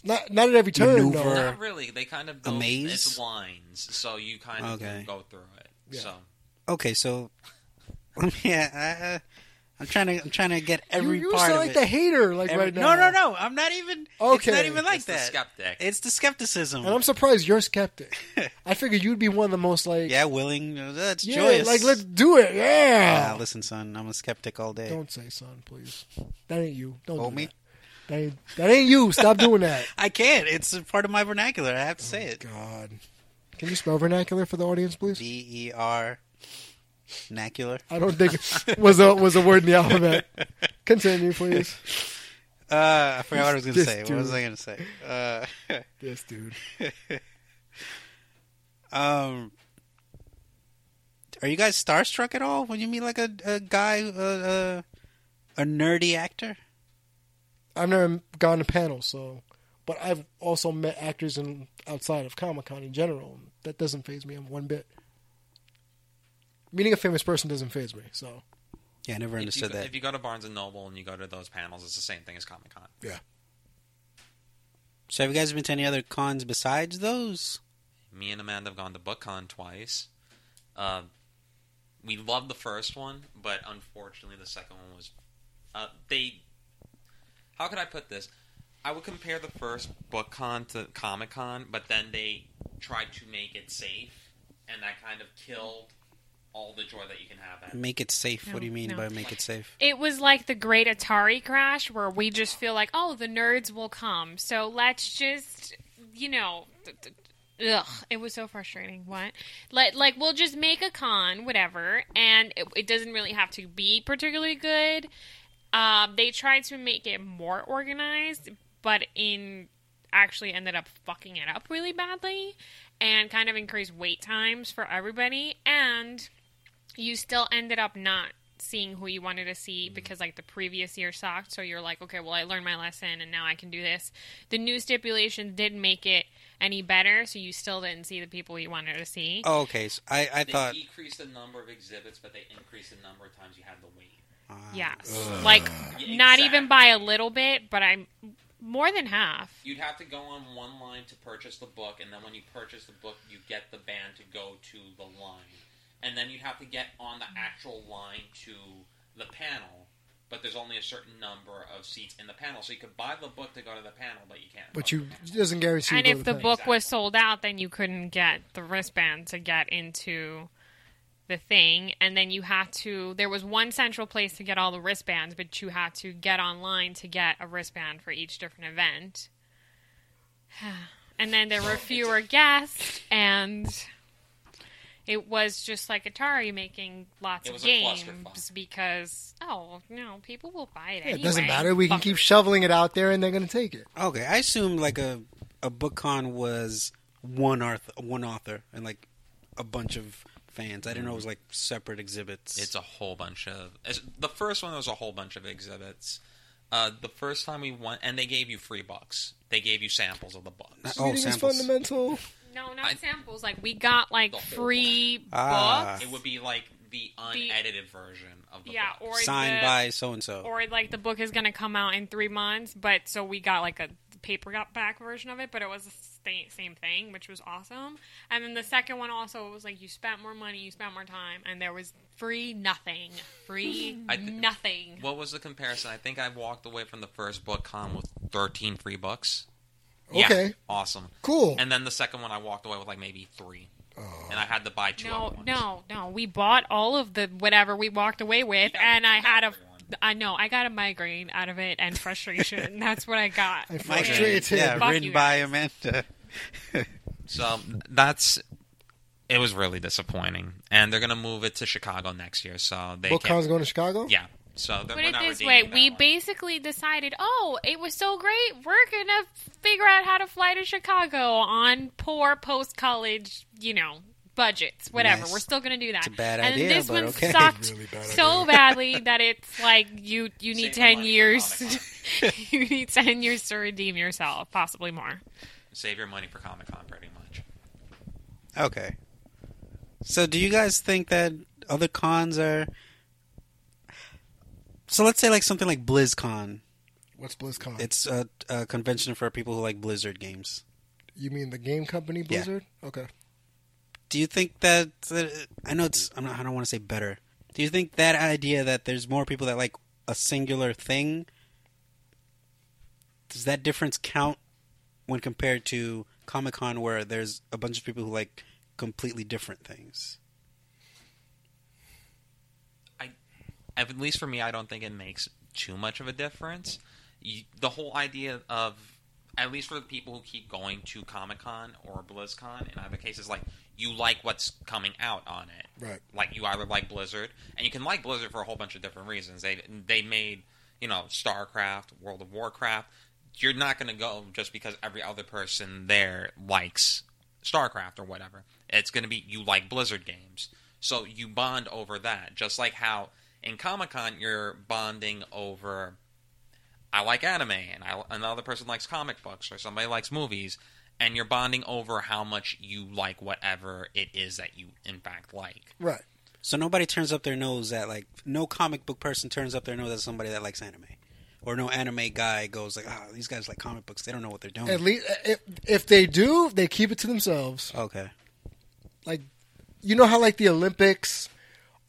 S2: not not at every turn.
S3: Maneuver.
S2: No.
S3: Or-
S4: Not really. They kind of build,
S3: maze?
S4: It's lines, so you kind of
S3: Okay.
S4: go through it.
S2: Yeah.
S4: So
S3: Okay, so yeah, I, I'm trying to I'm trying to get
S2: You,
S3: every
S2: you
S3: part
S2: sound
S3: of
S2: like
S3: it.
S2: the hater, like
S3: Every-
S2: right now.
S3: No, no, no. I'm not even.
S2: Okay.
S3: It's not even like
S4: It's the
S3: that.
S4: skeptic.
S3: It's the skepticism.
S2: And I'm surprised you're skeptic. I figured you'd be one of the most like
S3: yeah, willing. uh, That's
S2: yeah,
S3: joyous.
S2: like let's do it,
S3: Ah,
S2: yeah.
S3: listen, son. I'm a skeptic all day.
S2: don't say son, please. That ain't you. Don't
S3: Hold
S2: do
S3: me.
S2: That. That ain't, that ain't you. Stop doing that.
S3: I can't. It's a part of my vernacular. I have to say it.
S2: God, can you spell vernacular for the audience, please?
S3: V E R. Vernacular.
S2: I don't think it was a was a word in the alphabet. Continue, please.
S3: Uh, I forgot what I was going to
S2: This
S3: say. What was I going to say? Uh,
S2: Yes, dude.
S3: um, are you guys starstruck at all when you meet like a, a guy, uh, uh, a nerdy actor?
S2: I've never gone to panels, so but I've also met actors in outside of Comic Con in general. That doesn't faze me in one bit. Meeting a famous person doesn't faze me, so
S3: Yeah, I never
S4: if you,
S3: understood
S4: go-
S3: that.
S4: if you go to Barnes and Noble and you go to those panels, it's the same thing as Comic Con.
S2: yeah.
S3: So have you guys been to any other cons besides those?
S4: Me and Amanda have gone to BookCon twice. Uh, we loved the first one, but unfortunately, the second one was uh, they. How could I put this? I would compare the first book con to Comic Con, but then they tried to make it safe, and that kind of killed all the joy that you can have. At. it.
S3: Make it safe.
S5: No,
S3: what do you mean
S5: no.
S3: by make it safe?
S5: It was like the great Atari crash where we just feel like, oh, the nerds will come. So let's just, you know, th- th- ugh, it was so frustrating. What? Like, like we'll just make a con, whatever, and it, it doesn't really have to be particularly good. Uh, they tried to make it more organized, but in actually ended up fucking it up really badly and kind of increased wait times for everybody and you still ended up not seeing who you wanted to see because like the previous year sucked so you're like okay well i learned my lesson and now i can do this the new stipulation didn't make it any better so you still didn't see the people you wanted to see
S3: Oh, okay. So I, I
S4: They
S3: thought.
S4: decreased the number of exhibits, but they increased the number of times you had to wait.
S3: Ah.
S5: yes like not even by a little bit but i'm more than half
S4: You'd have to go on one line to purchase the book, and then when you purchase the book, you get the band to go to the line. And then you'd have to get on the actual line to the panel, but there's only a certain number of seats in the panel. So you could buy the book to go to the panel, but you can't.
S2: But
S4: go
S2: you
S4: to the panel.
S2: it doesn't guarantee.
S5: and
S2: you go
S5: if
S2: to
S5: the
S2: thing.
S5: book was sold out then you couldn't get the wristband to get into the thing and then you had to there was one central place to get all the wristbands but you had to get online to get a wristband for each different event and then there were fewer guests and it was just like Atari making lots
S4: It
S5: of
S4: was a clusterfuck.
S5: games because oh no people will buy it
S2: Yeah,
S5: anyway.
S2: it doesn't matter. We can keep
S5: Fuckers.
S2: shoveling it out there, and they're going to take it.
S3: Okay, I assumed like a a book con was one author, one author, and like a bunch of fans. I didn't know it was like separate exhibits.
S4: It's a whole bunch of. it's- The first one there was a whole bunch of exhibits. Uh, the first time we went, and they gave you free books. They gave you samples of the books.
S3: oh
S2: Reading is
S3: samples.
S2: fundamental.
S5: No, not
S4: I-
S5: samples. Like we got like
S4: The whole
S5: free
S3: Ah.
S5: books.
S4: It would be like the unedited version of the
S5: yeah,
S4: book.
S5: or
S3: Signed
S5: the,
S3: by so and so.
S5: or like the book is gonna come out in three months, but so we got like a paperback version of it, but it was the sta- same thing, which was awesome. And then the second one also was like you spent more money, you spent more time, and there was free nothing, free
S4: I th-
S5: nothing.
S4: What was the comparison? I think I walked away from the first book con with 13 free books. Yeah,
S2: Okay. Oh.
S4: awesome.
S2: Cool.
S4: And then the second one, I walked away with like maybe three. And I had to buy two other
S5: No,
S4: ones.
S5: no, no. We bought all of the whatever we walked away with, and I had a. I know I got a migraine out of it and frustration. That's what I got.
S2: And
S3: Mike,
S2: frustrated.
S3: Yeah,
S5: Fuck
S3: written
S5: you
S3: by Amanda.
S4: So that's. It was really disappointing. And they're going to move it to Chicago next year. So they
S2: Book
S4: can't-
S2: con's going to Chicago.
S4: Yeah. So
S5: Put
S4: they're we're
S5: it
S4: not
S5: this way:
S4: redeeming that
S5: we
S4: one.
S5: basically decided, oh, it was so great. We're gonna figure out how to fly to Chicago on poor post-college, you know, budgets. Whatever.
S3: Nice.
S5: We're still gonna do that.
S3: It's a bad
S5: and then
S3: idea,
S5: this
S3: but
S5: one
S3: okay.
S5: sucked
S2: Really bad
S5: so badly that it's like you you need
S4: Save the
S5: ten
S4: money for
S5: years.
S4: Comic-Con.
S5: you need ten years to redeem yourself, possibly more.
S4: Save your money for Comic Con, pretty much.
S3: Okay. So, do you guys think that other cons are? So let's say like something like BlizzCon.
S2: What's BlizzCon?
S3: It's a, a convention for people who like Blizzard games.
S2: you mean the game company
S3: Yeah.
S2: Blizzard? Okay.
S3: Do you think that, that I know it's I'm not, I don't want to say better. Do you think that idea that there's more people that like a singular thing does that difference count when compared to Comic Con where there's a bunch of people who like completely different things?
S4: at least for me, I don't think it makes too much of a difference. You, the whole idea of, at least for the people who keep going to Comic Con or BlizzCon, in either case, is like you like what's coming out on it.
S2: Right.
S4: Like you either like Blizzard, and you can like Blizzard for a whole bunch of different reasons. They they made you know StarCraft, World of Warcraft. You're not going to go just because every other person there likes StarCraft or whatever. It's going to be you like Blizzard games. So you bond over that. Just like how in Comic Con you're bonding over I like anime and I, another person likes comic books or somebody likes movies and you're bonding over how much you like whatever it is that you in fact like.
S2: Right.
S3: So nobody turns up their nose at like no comic book person turns up their nose at somebody that likes anime, or no anime guy goes like, ah, these guys like comic books. They don't know what they're doing.
S2: At least if, if they do, they keep it to themselves.
S3: okay,
S2: Like, you know how like the Olympics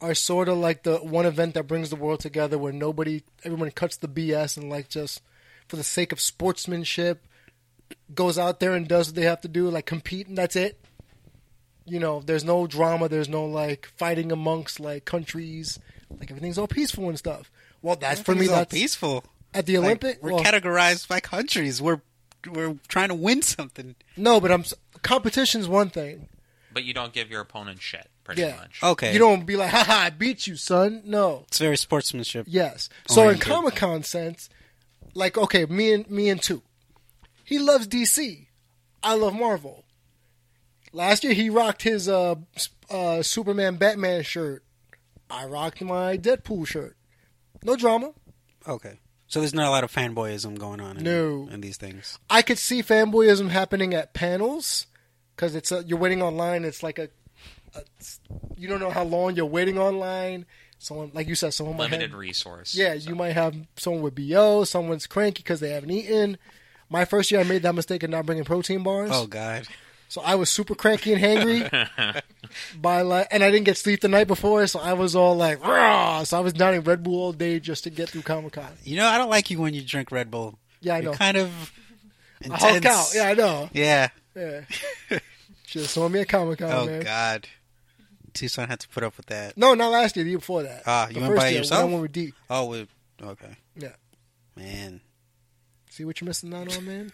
S2: are sort of like the one event that brings the world together where nobody, everyone cuts the BS and like just for the sake of sportsmanship goes out there and does what they have to do, like compete and that's it. You know, there's no drama, there's no like fighting amongst like countries, like everything's all peaceful and stuff. Well, that's for me.
S3: Everything's all
S2: That's
S3: peaceful.
S2: at the
S3: Like,
S2: Olympic.
S3: we're
S2: well,
S3: categorized by countries. We're we're trying to win something.
S2: no, but I'm s- competition's one thing.
S4: But you don't give your opponent shit, pretty
S2: Yeah. Oh,
S4: much.
S3: Okay,
S2: You don't be like, haha, I beat you, son. No.
S3: It's very sportsmanship.
S2: Yes. So in
S3: Oriented.
S2: Comic Con sense, like okay, me and me and two, he loves DC. I love Marvel. Last year he rocked his uh, s- uh Superman Batman shirt. I rocked my Deadpool shirt. No drama.
S3: Okay. So there's not a lot of fanboyism going on in,
S2: No.
S3: in these things.
S2: I could see fanboyism happening at panels because it's a, you're waiting online. It's like a, a- you don't know how long you're waiting online. Someone like you said, someone might have-
S4: Limited resource.
S2: Yeah, you might have someone with BO, someone's cranky because they haven't eaten. My first year, I made that mistake of not bringing protein bars,
S3: Oh God.
S2: so I was super cranky and hangry. by like, and I didn't get sleep the night before, so I was all like, "Raw!" So I was downing Red Bull all day just to get through Comic Con.
S3: You know I don't like you when you drink Red Bull.
S2: Yeah, I
S3: You're
S2: know.
S3: kind of
S2: I
S3: intense.
S2: Hulk out. Yeah, I know.
S3: Yeah.
S2: Yeah. just saw me at Comic Con,
S3: Oh,
S2: man.
S3: God. Tucson had to put up with that.
S2: No, not last year. The year before that.
S3: Ah,
S2: The
S3: you went
S2: first
S3: by
S2: year,
S3: yourself?
S2: When I went with D.
S3: Oh, we okay.
S2: Yeah.
S3: Man.
S2: See what you're missing out on, man.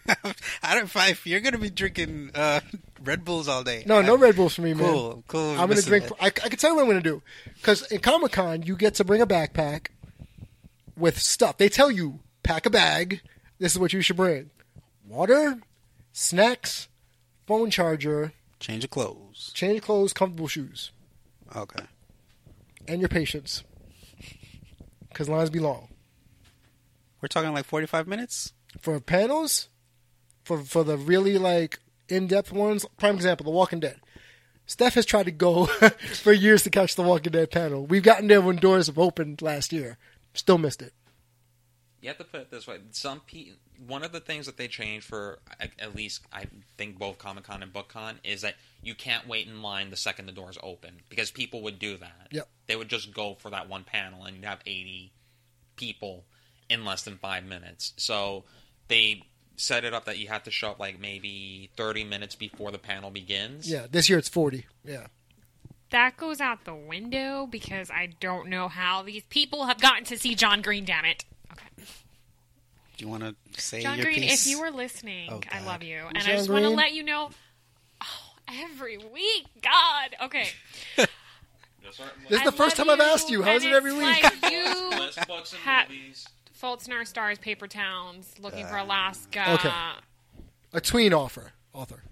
S3: I don't. Five. You're gonna be drinking uh, Red Bulls all day.
S2: No, no Red Bulls for me, man.
S3: Cool. Cool.
S2: I'm gonna
S3: Listen, uh,
S2: drink. I, I can tell you what I'm gonna do. Because in Comic Con, you get to bring a backpack with stuff. They tell you pack a bag. This is what you should bring: water, snacks, phone charger,
S3: Change of clothes.
S2: change clothes, comfortable shoes,
S3: Okay.
S2: and your patience. Because lines be long
S3: We're talking like 45 minutes.
S2: for panels, for for the really like in depth ones. Prime example: The Walking Dead. Steph has tried to go for years to catch the Walking Dead panel. We've gotten there when doors have opened last year. Still missed it.
S4: You have to put it this way. Some pe- one of the things that they changed for a- at least I think both Comic Con and Book Con is that you can't wait in line the second the doors open because people would do that.
S2: Yep.
S4: They would just go for that one panel and you'd have 80 people in less than 5 minutes. So they set it up that you have to show up like maybe 30 minutes before the panel begins.
S2: Yeah, this year it's forty. Yeah,
S5: That goes out the window because I don't know how these people have gotten to see John Green. Damn it. Okay.
S3: Do you want to say
S5: John
S3: your
S5: Green,
S3: piece?
S5: if you were listening,
S3: Oh,
S5: I
S3: God.
S5: love you. And I
S2: John
S5: just want to
S2: Green?
S5: let you know oh, every week. God. Okay.
S4: That's right.
S2: this is the
S5: I
S2: first
S5: love
S2: time I've asked you. How is
S5: and
S2: it every
S5: it's
S2: week?
S5: like you,
S4: List books and
S5: Ha-
S4: movies.
S5: Faults in Our Stars, Paper Towns, Looking for Alaska,
S2: Uh, okay. A tween offer author.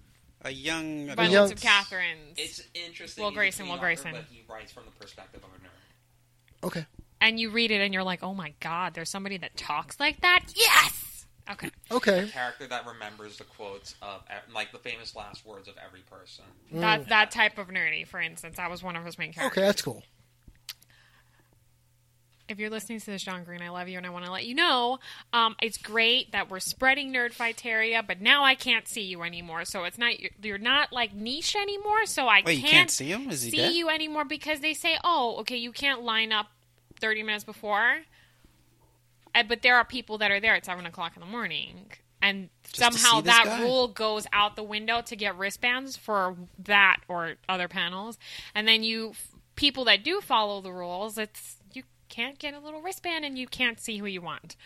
S3: a young,
S5: Violence
S2: young-
S5: of Catherines.
S4: It's interesting.
S5: Will
S4: He's a
S5: Grayson,
S4: teen
S5: Will
S4: author,
S5: Grayson.
S4: But he writes from the perspective of a nerd.
S2: Okay,
S5: and you read it and you're like, oh my God, there's somebody that talks like that? Yes! Okay.
S2: okay.
S4: character that remembers the quotes of e, like the famous last words of every person.
S2: Mm.
S5: That, that type of nerdy, for instance. That was one of his main characters.
S2: Okay, that's cool.
S5: if you're listening to this, John Green, I love you, and I want to let you know um, it's great that we're spreading nerd fighteria, but now I can't see you anymore. So it's not you're, you're not like niche anymore. So I
S3: Wait, you
S5: can't,
S3: can't see him? Is he
S5: see
S3: dead?
S5: you anymore because they say, oh, okay, you can't line up 30 minutes before, Uh, but there are people that are there at seven o'clock in the morning. And
S3: to
S5: somehow
S3: see this
S5: that
S3: guy?
S5: rule goes out the window to get wristbands for that or other panels. And then you people that do follow the rules, it's you can't get a little wristband and you can't see who you want.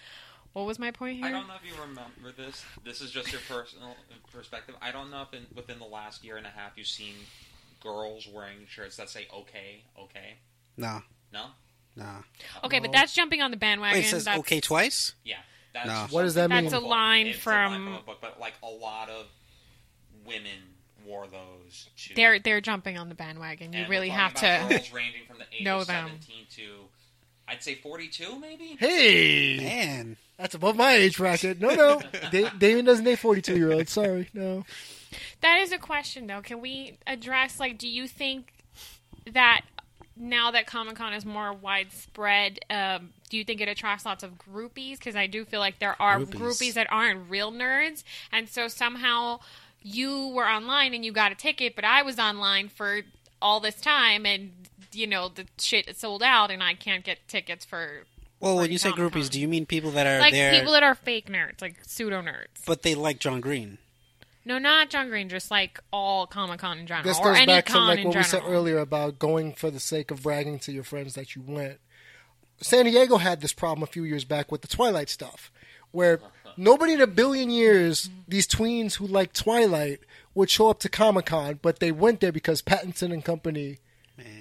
S5: What was my point here?
S4: I don't know if you remember this. This is just your personal perspective. I don't know if in, within the last year and a half you've seen girls wearing shirts that say "Okay, okay."
S3: no,
S4: No,
S3: no.
S5: okay, but that's jumping on the bandwagon.
S3: Wait, it says
S5: that's,
S3: okay twice.
S4: yeah. That's
S3: No.
S4: something
S2: What does that
S4: from
S2: mean?
S4: a
S5: That's a
S4: book.
S5: line
S4: It's a line
S5: from-
S4: from a book, but like a lot of women wore those. Too.
S5: They're they're jumping on the bandwagon. You
S4: And we're
S5: really
S4: talking
S5: have
S4: about
S5: to.
S4: Girls ranging from the age
S5: know
S4: of
S5: them.
S4: seventeen to, I'd say forty-two, maybe.
S2: Hey,
S3: Man,
S2: that's above my age bracket. No, no, da- Damien doesn't date forty-two year olds. Sorry, no.
S5: That is a question, though. Can we address, like, do you think that now that Comic Con is more widespread, um, do you think it attracts lots of groupies? Because I do feel like there are
S3: Groupies.
S5: groupies. that aren't real nerds. And so somehow you were online and you got a ticket, but I was online for all this time and you know the shit is sold out and I can't get tickets for
S3: Well,
S5: for
S3: when you say
S5: Comic-Con.
S3: groupies, do you mean people that are
S5: like
S3: there,
S5: people that are fake nerds, like pseudo nerds?
S3: but they like John Green?
S5: No, not John Green, just like all Comic Con in general,
S2: This
S5: or
S2: goes
S5: any
S2: back to
S5: con
S2: like
S5: in
S2: what we
S5: general.
S2: said earlier about going for the sake of bragging to your friends that you went. San Diego had this problem a few years back with the Twilight stuff, where nobody in a billion years these tweens who like Twilight would show up to Comic Con, but they went there because Pattinson and company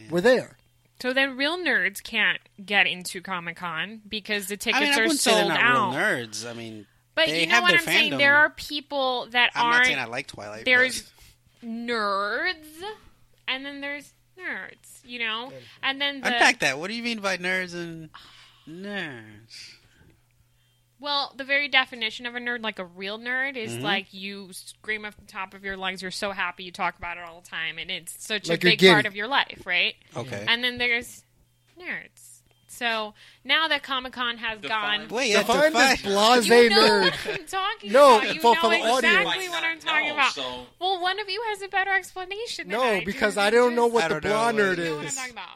S2: were there.
S5: So then, real nerds can't get into Comic Con because the tickets
S3: I mean, I
S5: are
S3: wouldn't say
S5: sold
S3: they're not
S5: out.
S3: real nerds. I mean,
S5: But
S3: they
S5: you know
S3: have
S5: what
S3: their
S5: I'm saying?
S3: fandom.
S5: There are people that
S3: I'm not
S5: aren't.
S3: saying I like Twilight.
S5: there's
S3: but-
S5: nerds, and then there's nerds. You know, and then the
S3: unpack that. What do you mean by nerds and nerds?
S5: Well, the very definition of a nerd, like a real nerd, is
S3: Mm-hmm.
S5: like you scream at the top of your lungs. You're so happy. You talk about it all the time, and it's such
S2: Like
S5: a
S2: you're
S5: big
S2: giddy.
S5: part of your life, right?
S3: Okay.
S5: And then there's nerds. So now that Comic Con has gone,
S4: Define-
S3: Wait,
S2: Define this blase
S5: you know
S2: nerd.
S5: what I'm talking
S2: No,
S5: about. You
S2: for-
S5: know
S2: for the
S5: exactly
S4: audience.
S5: what I'm talking
S4: No,
S5: about.
S4: so-
S5: Well, one of you has a better explanation. Than
S2: No,
S5: I do.
S2: because
S5: You
S2: I don't know
S5: just-
S2: what
S3: I
S2: the
S3: don't know.
S2: blonde nerd
S5: You know what I'm
S2: is.
S5: talking about.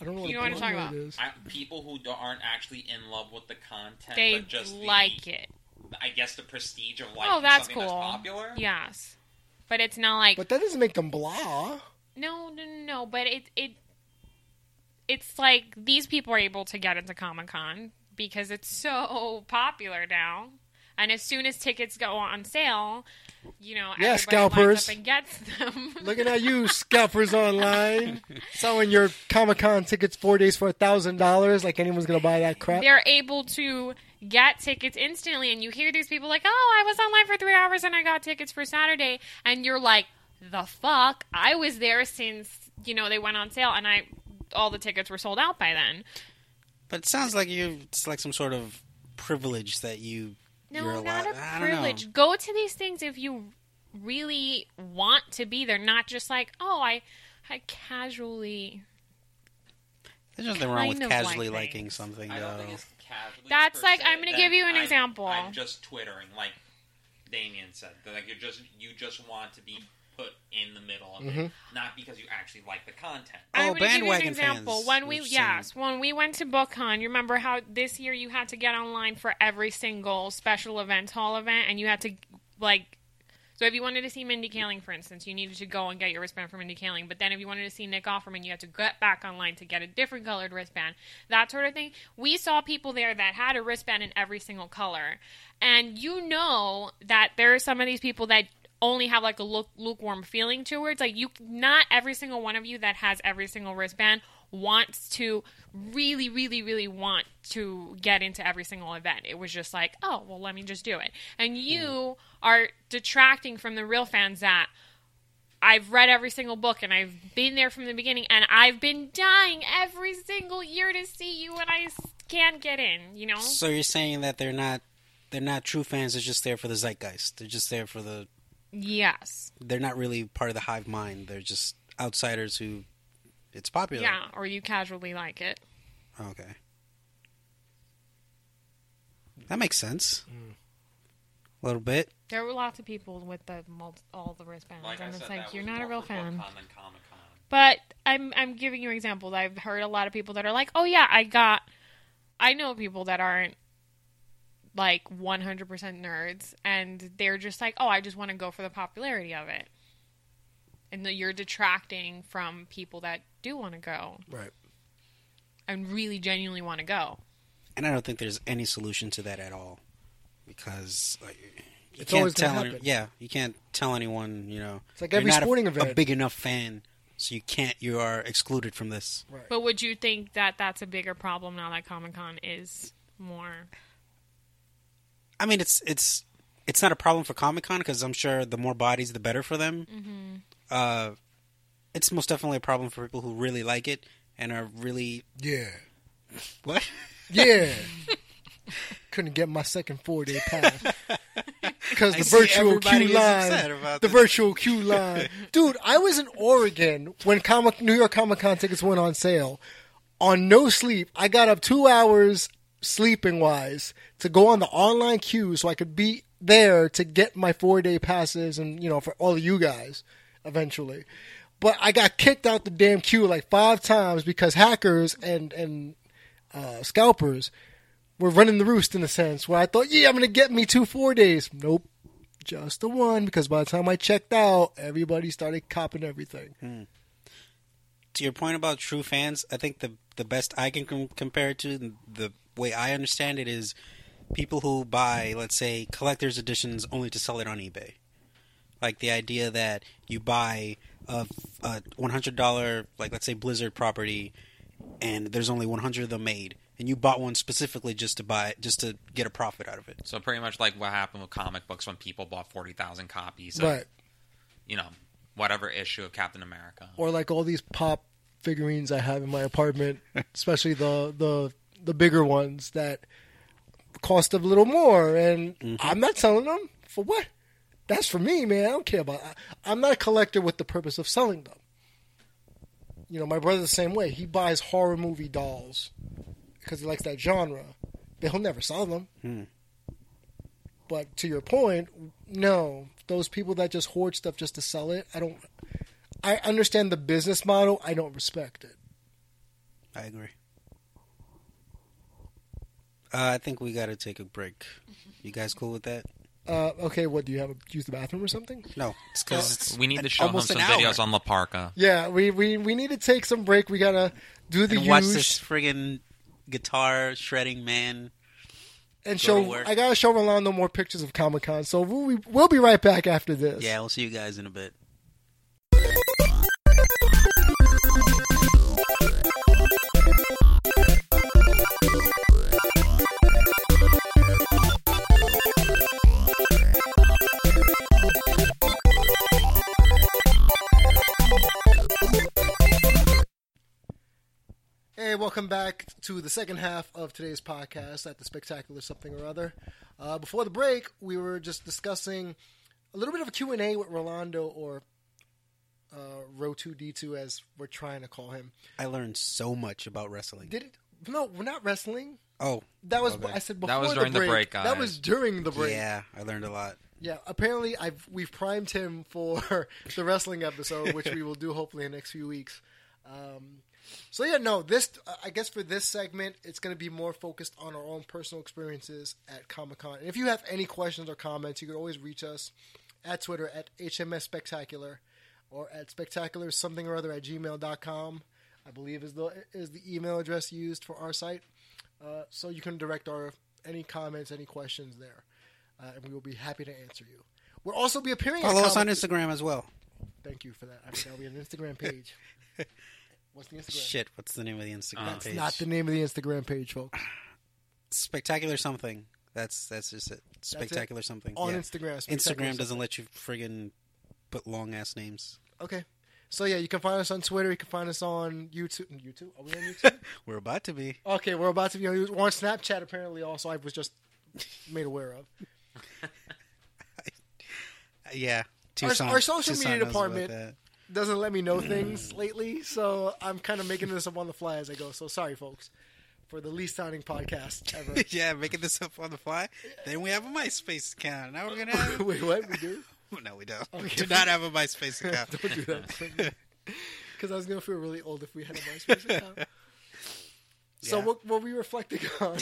S2: I don't know what
S5: You
S2: a
S5: know what I'm
S2: blonde
S5: talking
S2: nerd
S5: about.
S2: is.
S4: I, people who do- aren't actually in love with the content,
S5: They
S4: but just
S5: like
S4: the,
S5: it.
S4: I guess the prestige of liking
S5: Oh, that's
S4: something
S5: cool.
S4: that's popular.
S5: Yes, but it's not like
S2: But that doesn't make them blah.
S5: No, no, no, no. But it it it's like these people are able to get into Comic Con because it's so popular now. And as soon as tickets go on sale, you know, everybody
S2: Yeah,
S5: lines
S2: scalpers.
S5: up and gets them.
S2: Looking at you, scalpers online, selling your Comic Con tickets four days for a thousand dollars. Like anyone's gonna buy that crap.
S5: They're able to get tickets instantly, and you hear these people like, "Oh, I was online for three hours and I got tickets for Saturday," and you're like, "The fuck! I was there since you know they went on sale, and I all the tickets were sold out by then."
S3: But it sounds like you. It's like some sort of privilege that you.
S5: No,
S3: you're
S5: not
S3: allowed.
S5: a
S3: I don't know.
S5: privilege. Go to these things if you really want to be there, not just like, oh, I, I casually.
S3: There's nothing wrong with
S5: kind of
S3: casually
S5: like
S3: liking
S5: things.
S3: something,
S4: I don't
S3: though.
S4: think it's casually.
S5: That's
S4: per
S5: like-
S4: se,
S5: I'm gonna
S4: that
S5: give you an
S4: I'm-
S5: example.
S4: I'm just twittering, like Damien said. That like you just you just want to be put in the middle of it,
S2: Mm-hmm.
S4: not because you actually like the content.
S5: I'm
S3: Oh,
S5: gonna give you an
S3: bandwagon
S5: example.
S3: fans,
S5: when we
S3: we've seen.
S5: yes, when we went to BookCon, you remember how this year you had to get online for every single special event, hall event, and you had to like. So if you wanted to see Mindy Kaling, for instance, you needed to go and get your wristband from Mindy Kaling. But then if you wanted to see Nick Offerman, you had to get back online to get a different colored wristband. That sort of thing. We saw people there that had a wristband in every single color, and you know that there are some of these people that only have like a look, lukewarm feeling towards. Like you, not every single one of you that has every single wristband wants to really, really, really want to get into every single event. It was just like, oh, well, let me just do it. And you are detracting from the real fans that I've read every single book and I've been there from the beginning and I've been dying every single year to see you and I s- can't get in, you know?
S3: So you're saying that they're not they're not true fans. They're just there for the zeitgeist. They're just there for the.
S5: Yes.
S3: They're not really part of the hive mind. They're just outsiders who. It's popular. Oh,
S5: Yeah, or you casually like it.
S3: Okay. That makes sense. A little bit.
S5: There were lots of people with the mul- all the wristbands,
S4: Like I
S5: and it's
S4: said,
S5: like
S4: that
S5: you're
S4: was
S5: not a
S4: more
S5: real
S4: for
S5: fan.
S4: BookCon than Comic-Con.
S5: But I'm I'm giving you examples. I've heard a lot of people that are like, "Oh yeah, I got." I know people that aren't like 100% nerds, and they're just like, "Oh, I just want to go for the popularity of it," and that you're detracting from people that do want to go
S2: Right.
S5: and really genuinely want to go.
S3: and I don't think there's any solution to that at all, because like, you
S2: It's always
S3: can't
S2: gonna
S3: tell. any-
S2: happen.
S3: yeah, you can't tell anyone. You know,
S2: It's like
S3: you're
S2: every
S3: not a-
S2: sporting
S3: a,
S2: event.
S3: big enough fan, so you can't. You are excluded from this.
S5: But would you think that that's a bigger problem now that Comic Con is more?
S3: I mean, it's it's it's not a problem for Comic Con because I'm sure the more bodies, the better for them. Mm-hmm. Uh, it's most definitely a problem for people who really like it and are really
S2: Yeah.
S3: what.
S2: Yeah. Couldn't get my second four day pass because
S3: I
S2: the
S3: see
S2: virtual
S3: everybody
S2: queue
S3: is upset
S2: line.
S3: about
S2: The
S3: this.
S2: virtual queue line, dude. I was in Oregon when comic New York Comic Con tickets went on sale. On no sleep, I got up two hours sleeping wise to go on the online queue so I could be there to get my four day passes and you know for all of you guys eventually. But I got kicked out the damn queue like five times because hackers and and uh, scalpers were running the roost in a sense. Where I thought, yeah, I'm gonna get me two four days. Nope, just the one. Because by the time I checked out, everybody started copping everything.
S3: to your point about true fans, I think the the best I can com- compare it to and the way I understand it is people who buy, let's say, collector's editions only to sell it on eBay. Like the idea that you buy a, a one hundred dollar, like let's say Blizzard property, and there's only one hundred of them made, and you bought one specifically just to buy, just to get a profit out of it.
S4: So pretty much like what happened with comic books when people bought forty thousand copies of
S2: Right.
S4: you know whatever issue of Captain America.
S2: or like all these pop figurines I have in my apartment, especially the the the bigger ones that cost a little more, and I'm not selling them for what? That's for me, man. I don't care about. I, I'm not a collector with the purpose of selling them. You know, my brother's the same way. He buys horror movie dolls because he likes that genre, but he'll never sell them. But to your point, no, those people that just hoard stuff just to sell it, I don't. I understand the business model. I don't respect it.
S3: I agree. Uh, I think we got to take a break. You guys cool with that?
S2: Uh, okay, what do you have? Use the bathroom or something?
S3: No, it's because it's
S4: We need
S3: an-
S4: to show him
S3: almost
S4: some
S3: an hour.
S4: videos on La Parca.
S2: Yeah, we, we, we need to take some break. We gotta do the
S3: and watch
S2: use
S3: this friggin' guitar shredding man.
S2: and
S3: to
S2: show.
S3: work.
S2: I gotta show Rolando more pictures of Comic Con. So we'll be, we'll be right back after this.
S3: Yeah, we'll see you guys in a bit.
S2: Hey, welcome back to the second half of today's podcast at the Spectacular Something or Other. Uh, before the break, we were just discussing a little bit of a Q&A with Rolando or uh, Row2D2 as we're trying to call him.
S3: I learned so much about wrestling.
S2: Did it? No, we're not wrestling.
S3: oh,
S2: That was
S3: Okay.
S2: I said before
S4: That was during
S2: the
S4: the
S2: break.
S4: break,
S2: That
S4: guys.
S2: was during the break. Yeah.
S3: yeah, I learned a lot.
S2: Apparently, I've we've primed him for the wrestling episode, which we will do hopefully in the next few weeks. Um, so yeah, no, this I guess for this segment, it's going to be more focused on our own personal experiences at Comic Con. And if you have any questions or comments, you can always reach us at Twitter at HMS Spectacular or at Spectacular something or other at gmail.com. I believe is the is the email address used for our site. Uh, so you can direct our any comments, any questions there, uh, and we will be happy to answer you. We'll also be appearing.
S3: Follow
S2: at
S3: us on
S2: Comic-
S3: Instagram as well.
S2: Thank you for that. I forgot we have an Instagram page. What's the Instagram?
S3: Shit, what's the name of the Instagram
S4: That's
S3: page?
S2: Not the name of the Instagram page, folks.
S3: Spectacular something. That's that's just it. Spectacular something
S2: On
S3: Yeah.
S2: Instagram, Spectacular
S3: Instagram doesn't let you friggin' put long ass names.
S2: Okay. So yeah, you can find us on Twitter. You can find us on YouTube. YouTube? Are we on YouTube?
S3: We're about to be.
S2: okay, we're about to be on YouTube. We're on Snapchat apparently. Also, I was just made aware of.
S3: Yeah.
S2: Our- our social media
S3: knows about
S2: department-
S3: that.
S2: doesn't let me know things lately, so I'm kind of making this up on the fly as I go. So sorry, folks, for the least sounding podcast ever.
S3: yeah, making this up on the fly. Then we have a MySpace account. Now we're gonna have
S2: Wait, what? We do?
S3: No, we don't. We do not have a MySpace account.
S2: Don't do that. Because I was gonna feel really old if we had a MySpace account. So
S3: Yeah.
S2: what, what we reflecting on?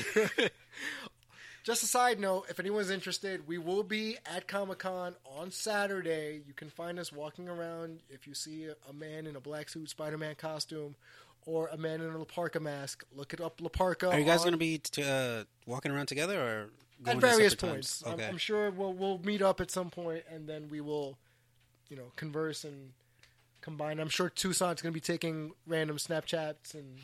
S2: Just a side note, if anyone's interested, we will be at Comic Con on Saturday. You can find us walking around. If you see a man in a black suit Spider Man costume or a man in a Laparca mask, look it up Laparca.
S3: Are you guys
S2: on-
S3: going to be t- uh, walking around together or going
S2: at various
S3: separate
S2: points.
S3: Times?
S2: I'm,
S3: Okay.
S2: I'm sure we'll we'll meet up at some point, and then we will, you know, converse and combine. I'm sure Tucson's going to be taking random Snapchats and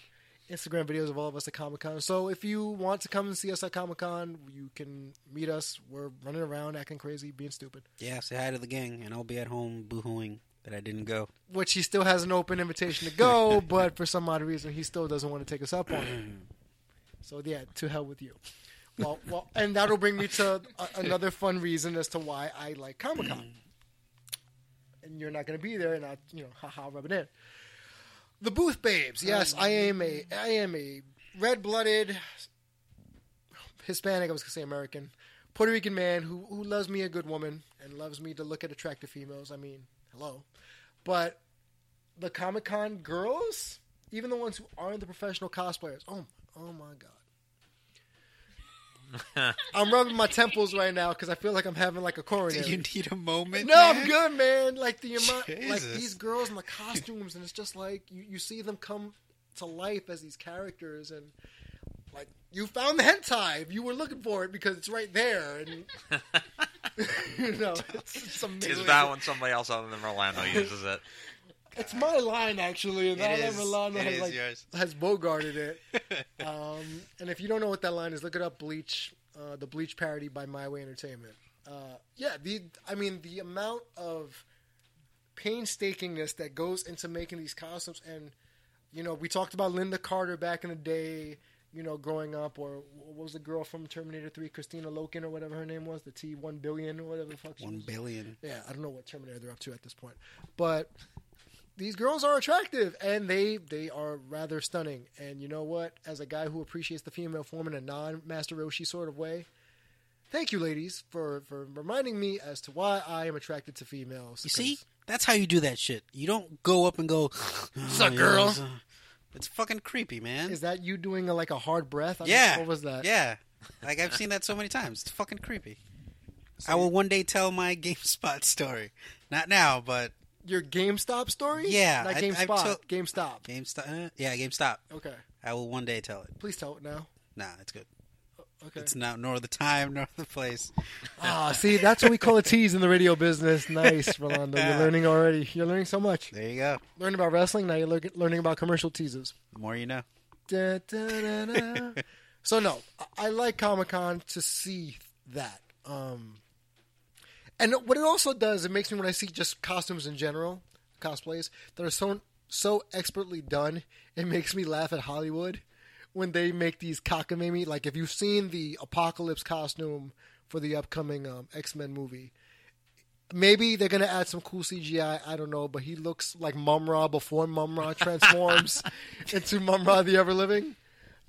S2: Instagram videos of all of us at Comic Con. So if you want to come and see us at Comic Con, you can meet us. We're running around, acting crazy, being stupid,
S3: Yeah, say hi to the gang, and I'll be at home boohooing that I didn't go.
S2: which he still has an open invitation to go, but for some odd reason, he still doesn't want to take us up on it. So yeah, to hell with you. Well, well, and that'll bring me to a, another fun reason as to why I like Comic Con. And you're not going to be there, and I, you know, haha, rub it in. The Booth Babes. Yes, I am a, I am a red-blooded Hispanic. I was going to say American, Puerto Rican man who who loves me a good woman and loves me to look at attractive females. I mean, hello, but the Comic Con girls, even the ones who aren't the professional cosplayers. Oh, my- oh my god! I'm rubbing my temples right now because I feel like I'm having like a
S3: Do
S2: coronary.
S3: you need a moment?
S2: no, I'm
S3: man?
S2: good, man. Like the amount, like
S3: Jesus.
S2: these girls in the costumes, and it's just like you, you see them come to life as these characters, and like you found the hentai if you were looking for it because it's right there, and you know it's, it's amazing.
S4: Is that one somebody else other than Rolando uses it?
S2: It's my line actually, and
S3: It
S2: Alan
S3: is.
S2: Milano
S3: It
S2: has
S3: is
S2: like
S3: yours.
S2: has bogarted it. um, and if you don't know what that line is, look it up. Bleach, uh, the Bleach parody by My Way Entertainment. Uh, yeah, the I mean the amount of painstakingness that goes into making these costumes, and you know we talked about Linda Carter back in the day. You know, growing up, or what was the girl from Terminator Three, Christina Loken, or whatever her name was, the T one billion, or whatever the fuck she
S3: One
S2: was.
S3: billion.
S2: Yeah, I don't know what Terminator they're up to at this point, but these girls are attractive and they they are rather stunning. And you know what? As a guy who appreciates the female form in a non-Master Roshi sort of way, thank you, ladies, for for reminding me as to why I am attracted to females.
S3: You see, that's how you do that shit. You don't go up and go, "What's
S2: up, girl?"
S3: It's fucking creepy, man.
S2: 'Cause- is that you doing a, like a hard breath? I don't-
S3: yeah.
S2: what was that?
S3: Yeah. Like I've seen that so many times. It's fucking creepy. I will one day tell my GameSpot story. Not now, but
S2: your GameStop story.
S3: Yeah,
S2: not
S3: I- I've
S2: GameSpot.
S3: told-
S2: GameStop.
S3: GameStop. Uh, yeah, GameStop.
S2: Okay,
S3: I will one day tell it.
S2: please tell it now.
S3: Nah, it's good.
S2: Okay.
S3: It's not nor the time nor the place.
S2: Ah, see, that's what we call a tease in the radio business. Nice, Rolando. You're learning already. You're learning so much.
S3: There you go.
S2: Learning about wrestling, now you're lear- learning about commercial teases.
S3: The more you know.
S2: Da, da, da, da. so, no, I- I like Comic Con to see that. Um, and what it also does, it makes me, when I see just costumes in general, cosplays, that are so, so expertly done, it makes me laugh at Hollywood when they make these cockamamie. Like, if you've seen the apocalypse costume for the upcoming um, X Men movie, maybe they're gonna add some cool CGI. I don't know, but he looks like Mum Ra before Mum Ra transforms into Mum Ra the Ever Living.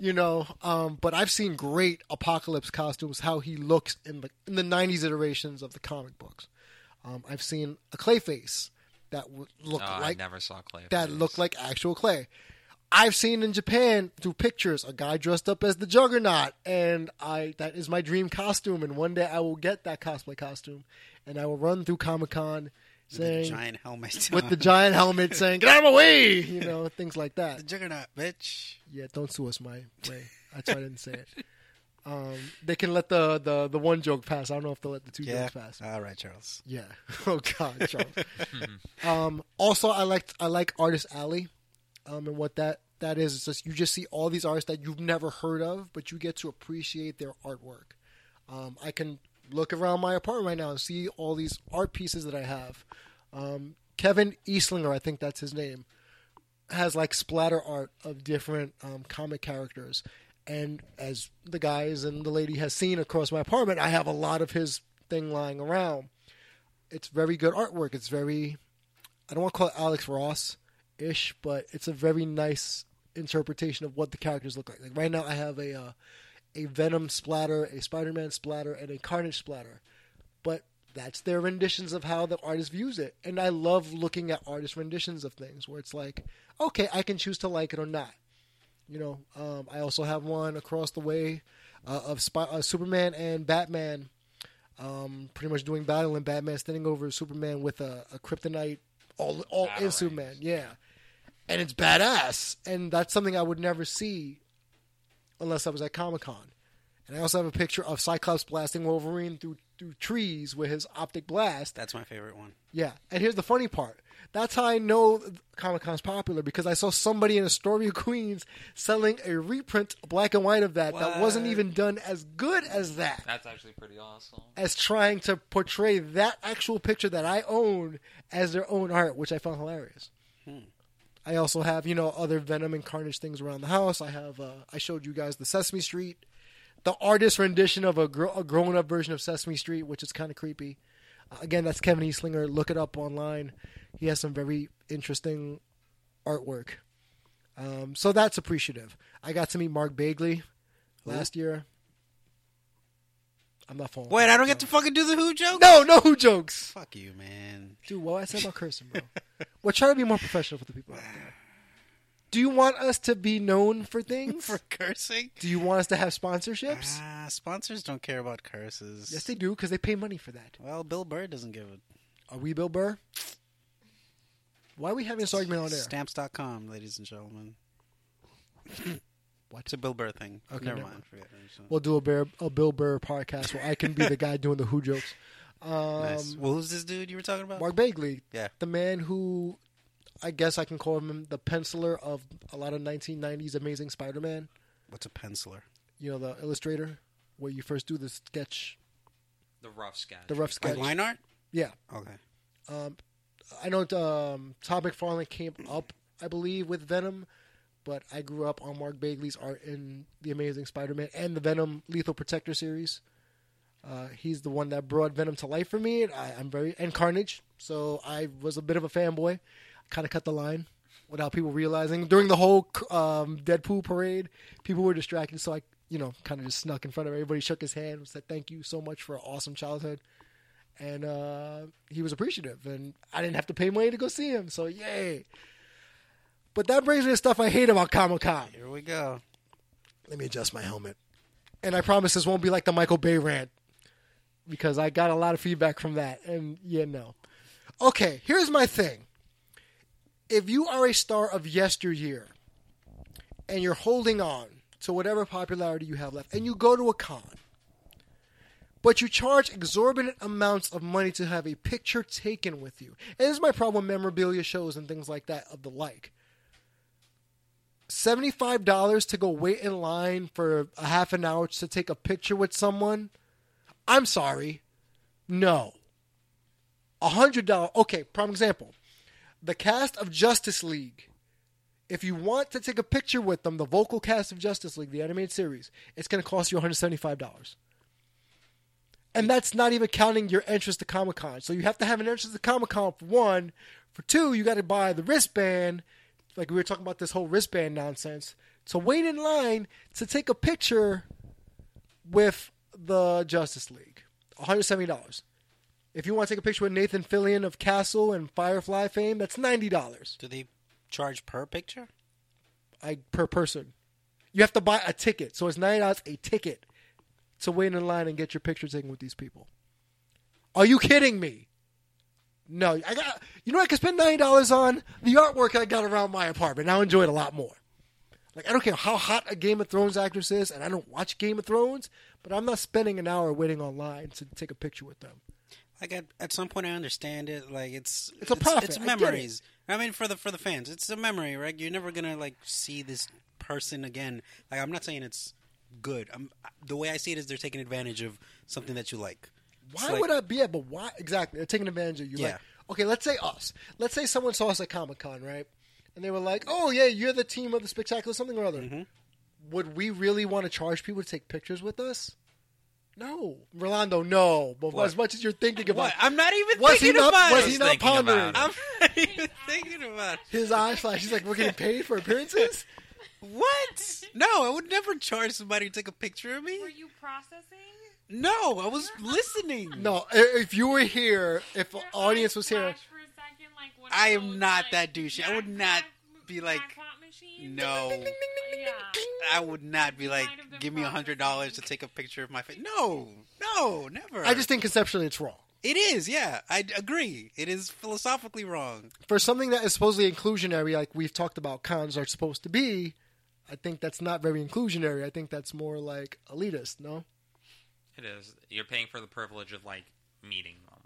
S2: You know, um, but I've seen great apocalypse costumes. How he looks in the in the '90s iterations of the comic books. Um, I've seen a Clayface that would look
S4: Oh, I
S2: like
S4: never saw Clay.
S2: that looked like actual clay. I've seen in Japan through pictures a guy dressed up as the Juggernaut, and I that is my dream costume. And one day I will get that cosplay costume, and I will run through Comic Con
S3: The
S2: saying
S3: giant helmet.
S2: with the giant helmet saying "Get out of my way," you know, things like that.
S3: juggernaut, bitch.
S2: Yeah, don't sue us, my way. That's why I didn't say it. Um, they can let the, the the one joke pass. I don't know if they'll let the two
S3: Yeah.
S2: jokes pass.
S3: All right, Charles.
S2: Yeah. Oh God, Charles. um, also, I liked I like Artist Alley, um, and what that that is is just you just see all these artists that you've never heard of, but you get to appreciate their artwork. Um, I can look around my apartment right now and see all these art pieces that I have. Um, Kevin Eastlinger, I think that's his name, has like splatter art of different um, comic characters. And as the guys and the lady has seen across my apartment, I have a lot of his thing lying around it's very good artwork. It's very I don't want to call it Alex Ross ish, but it's a very nice interpretation of what the characters look like. Like right now, I have a uh, a Venom splatter, a Spider Man splatter, and a Carnage splatter, but that's their renditions of how the artist views it. And I love looking at artist renditions of things where it's like, okay, I can choose to like it or not. You know, um, I also have one across the way uh, of Spy- uh, Superman and Batman um, pretty much doing battle and Batman standing over Superman with a, a kryptonite all all
S4: Battle
S2: in
S4: rings.
S2: Superman, yeah. And it's badass, and that's something I would never see unless I was at Comic Con. And I also have a picture of Cyclops blasting Wolverine through through trees with his optic blast.
S3: That's my favorite one.
S2: Yeah, and here's the funny part. That's how I know Comic Con's popular because I saw somebody in Astoria, Queens, selling a reprint, black and white of that that wasn't
S3: What?
S2: even done as good as that
S4: That's actually pretty awesome.
S2: as trying to portray that actual picture that I own as their own art, which I found hilarious. I also have, you know, other Venom and Carnage things around the house. I have, uh, I showed you guys the Sesame Street, the artist rendition of a, gr- a grown up version of Sesame Street, which is kind of creepy. Uh, again, that's Kevin Eastlinger. Look it up online. He has some very interesting artwork. Um, so that's appreciative. I got to meet Mark Bagley last year. I'm not falling.
S3: Wait, I don't get to fucking do the who joke.
S2: No, no who jokes.
S3: Fuck you, man.
S2: Dude, what I said about cursing, bro. We're trying to be more professional for the people out there. Do you want us to be known for things?
S3: For cursing?
S2: Do you want us to have sponsorships?
S3: Ah, sponsors don't care about curses.
S2: Yes, they do because they pay money for that.
S3: Well, Bill Burr doesn't give a
S2: Are we Bill Burr? Why are we having this argument on air?
S3: stamps.com, ladies and gentlemen.
S2: What?
S3: It's a Bill Burr thing.
S2: Okay,
S3: never
S2: never
S3: mind. Forget it.
S2: We'll do a, Bear, a Bill Burr podcast where I can be the guy doing the who jokes. Um,
S3: nice. Well, who's this dude you were talking about?
S2: Mark Bagley,
S3: Yeah.
S2: the man who I guess I can call him the penciler of a lot of 1990s Amazing Spider-Man.
S3: What's a penciler?
S2: You know, the illustrator where you first do the sketch,
S4: The rough sketch.
S2: the rough
S3: Like
S2: sketch.
S3: line art?
S2: Yeah,
S3: Okay.
S2: Um, I know um, Todd McFarlane came up, I believe, with Venom, but I grew up on Mark Bagley's art in The Amazing Spider-Man and the Venom Lethal Protector series. Uh, he's the one that brought Venom to life for me, and I, I'm very and Carnage. So I was a bit of a fanboy. Kind of cut the line without people realizing. During the whole um, Deadpool parade, people were distracted, so I, you know, kind of just snuck in front of everybody, shook his hand, said thank you so much for an awesome childhood and uh, he was appreciative, and I didn't have to pay money to go see him, so yay! But that brings me to stuff I hate about Comic Con.
S3: Here we go.
S2: Let me adjust my helmet, and I promise this won't be like the Michael Bay rant because I got a lot of feedback from that, and yeah, no. Okay, here's my thing: if you are a star of yesteryear and you're holding on to whatever popularity you have left, and you go to a con but you charge exorbitant amounts of money to have a picture taken with you. And this is my problem with memorabilia shows and things like that of the like. $75 to go wait in line for a half an hour to take a picture with someone? I'm sorry. No. $100. Okay, prime example. The cast of Justice League. If you want to take a picture with them, the vocal cast of Justice League, the animated series, it's going to cost you $175. And that's not even counting your entrance to Comic Con. So you have to have an entrance to Comic Con for one. For two, you got to buy the wristband. Like we were talking about this whole wristband nonsense. So wait in line to take a picture with the Justice League. $170. If you want to take a picture with Nathan Fillion of Castle and Firefly fame, that's $90
S3: Do they charge per picture?
S2: I, per person. You have to buy a ticket. So it's $90 a ticket to wait in line and get your picture taken with these people. Are you kidding me? No, I got. You know, what I could spend ninety dollars on the artwork I got around my apartment. I'll enjoy it a lot more. Like I don't care how hot a Game of Thrones actress is, and I don't watch Game of Thrones, but I'm not spending an hour waiting online to take a picture with them.
S3: Like at, at some point, I understand it. Like it's
S2: It's a profit.
S3: It's
S2: I get it.
S3: memories. I, mean, for the for the fans, it's a memory, right? You're never gonna like see this person again. Like I'm not saying it's good. I'm the way I see it is they're taking advantage of something that you like. It's
S2: Why
S3: like-
S2: would I be? Yeah, but why exactly? They're taking advantage of you. Like,
S3: Yeah.
S2: okay, let's say us. Let's say someone saw us at Comic Con, right? And they were like, "Oh yeah, you're the team of the spectacular something or other."
S3: Mm-hmm.
S2: Would we really want to charge people to take pictures with us? No, Rolando, no. But as much as you're thinking about,
S3: What? I'm not even
S2: was he
S3: thinking
S2: not?
S3: about
S2: was
S3: it.
S2: he
S4: was
S2: not
S4: thinking about
S2: pondering?
S4: it.
S3: I'm not even thinking about it.
S2: His eyes flash. He's like, "We're getting paid for appearances."
S3: What? No, I would never charge somebody to take a picture of me.
S5: Were you processing?
S3: No, I was listening.
S2: No, i- if you were here, if the audience was here,
S3: I am not that douchey. I would not be like, No. I would not be like,
S5: might have been
S3: give me a hundred dollars to take a picture of my face. No, no, never.
S2: I just think conceptually it's wrong.
S3: it is. Yeah, I d- agree. It is philosophically wrong.
S2: for something that is supposedly inclusionary, like we've talked about, cons are supposed to be. I think that's not very inclusionary. I think that's more like elitist. No,
S4: It is. You're paying for the privilege of like meeting them,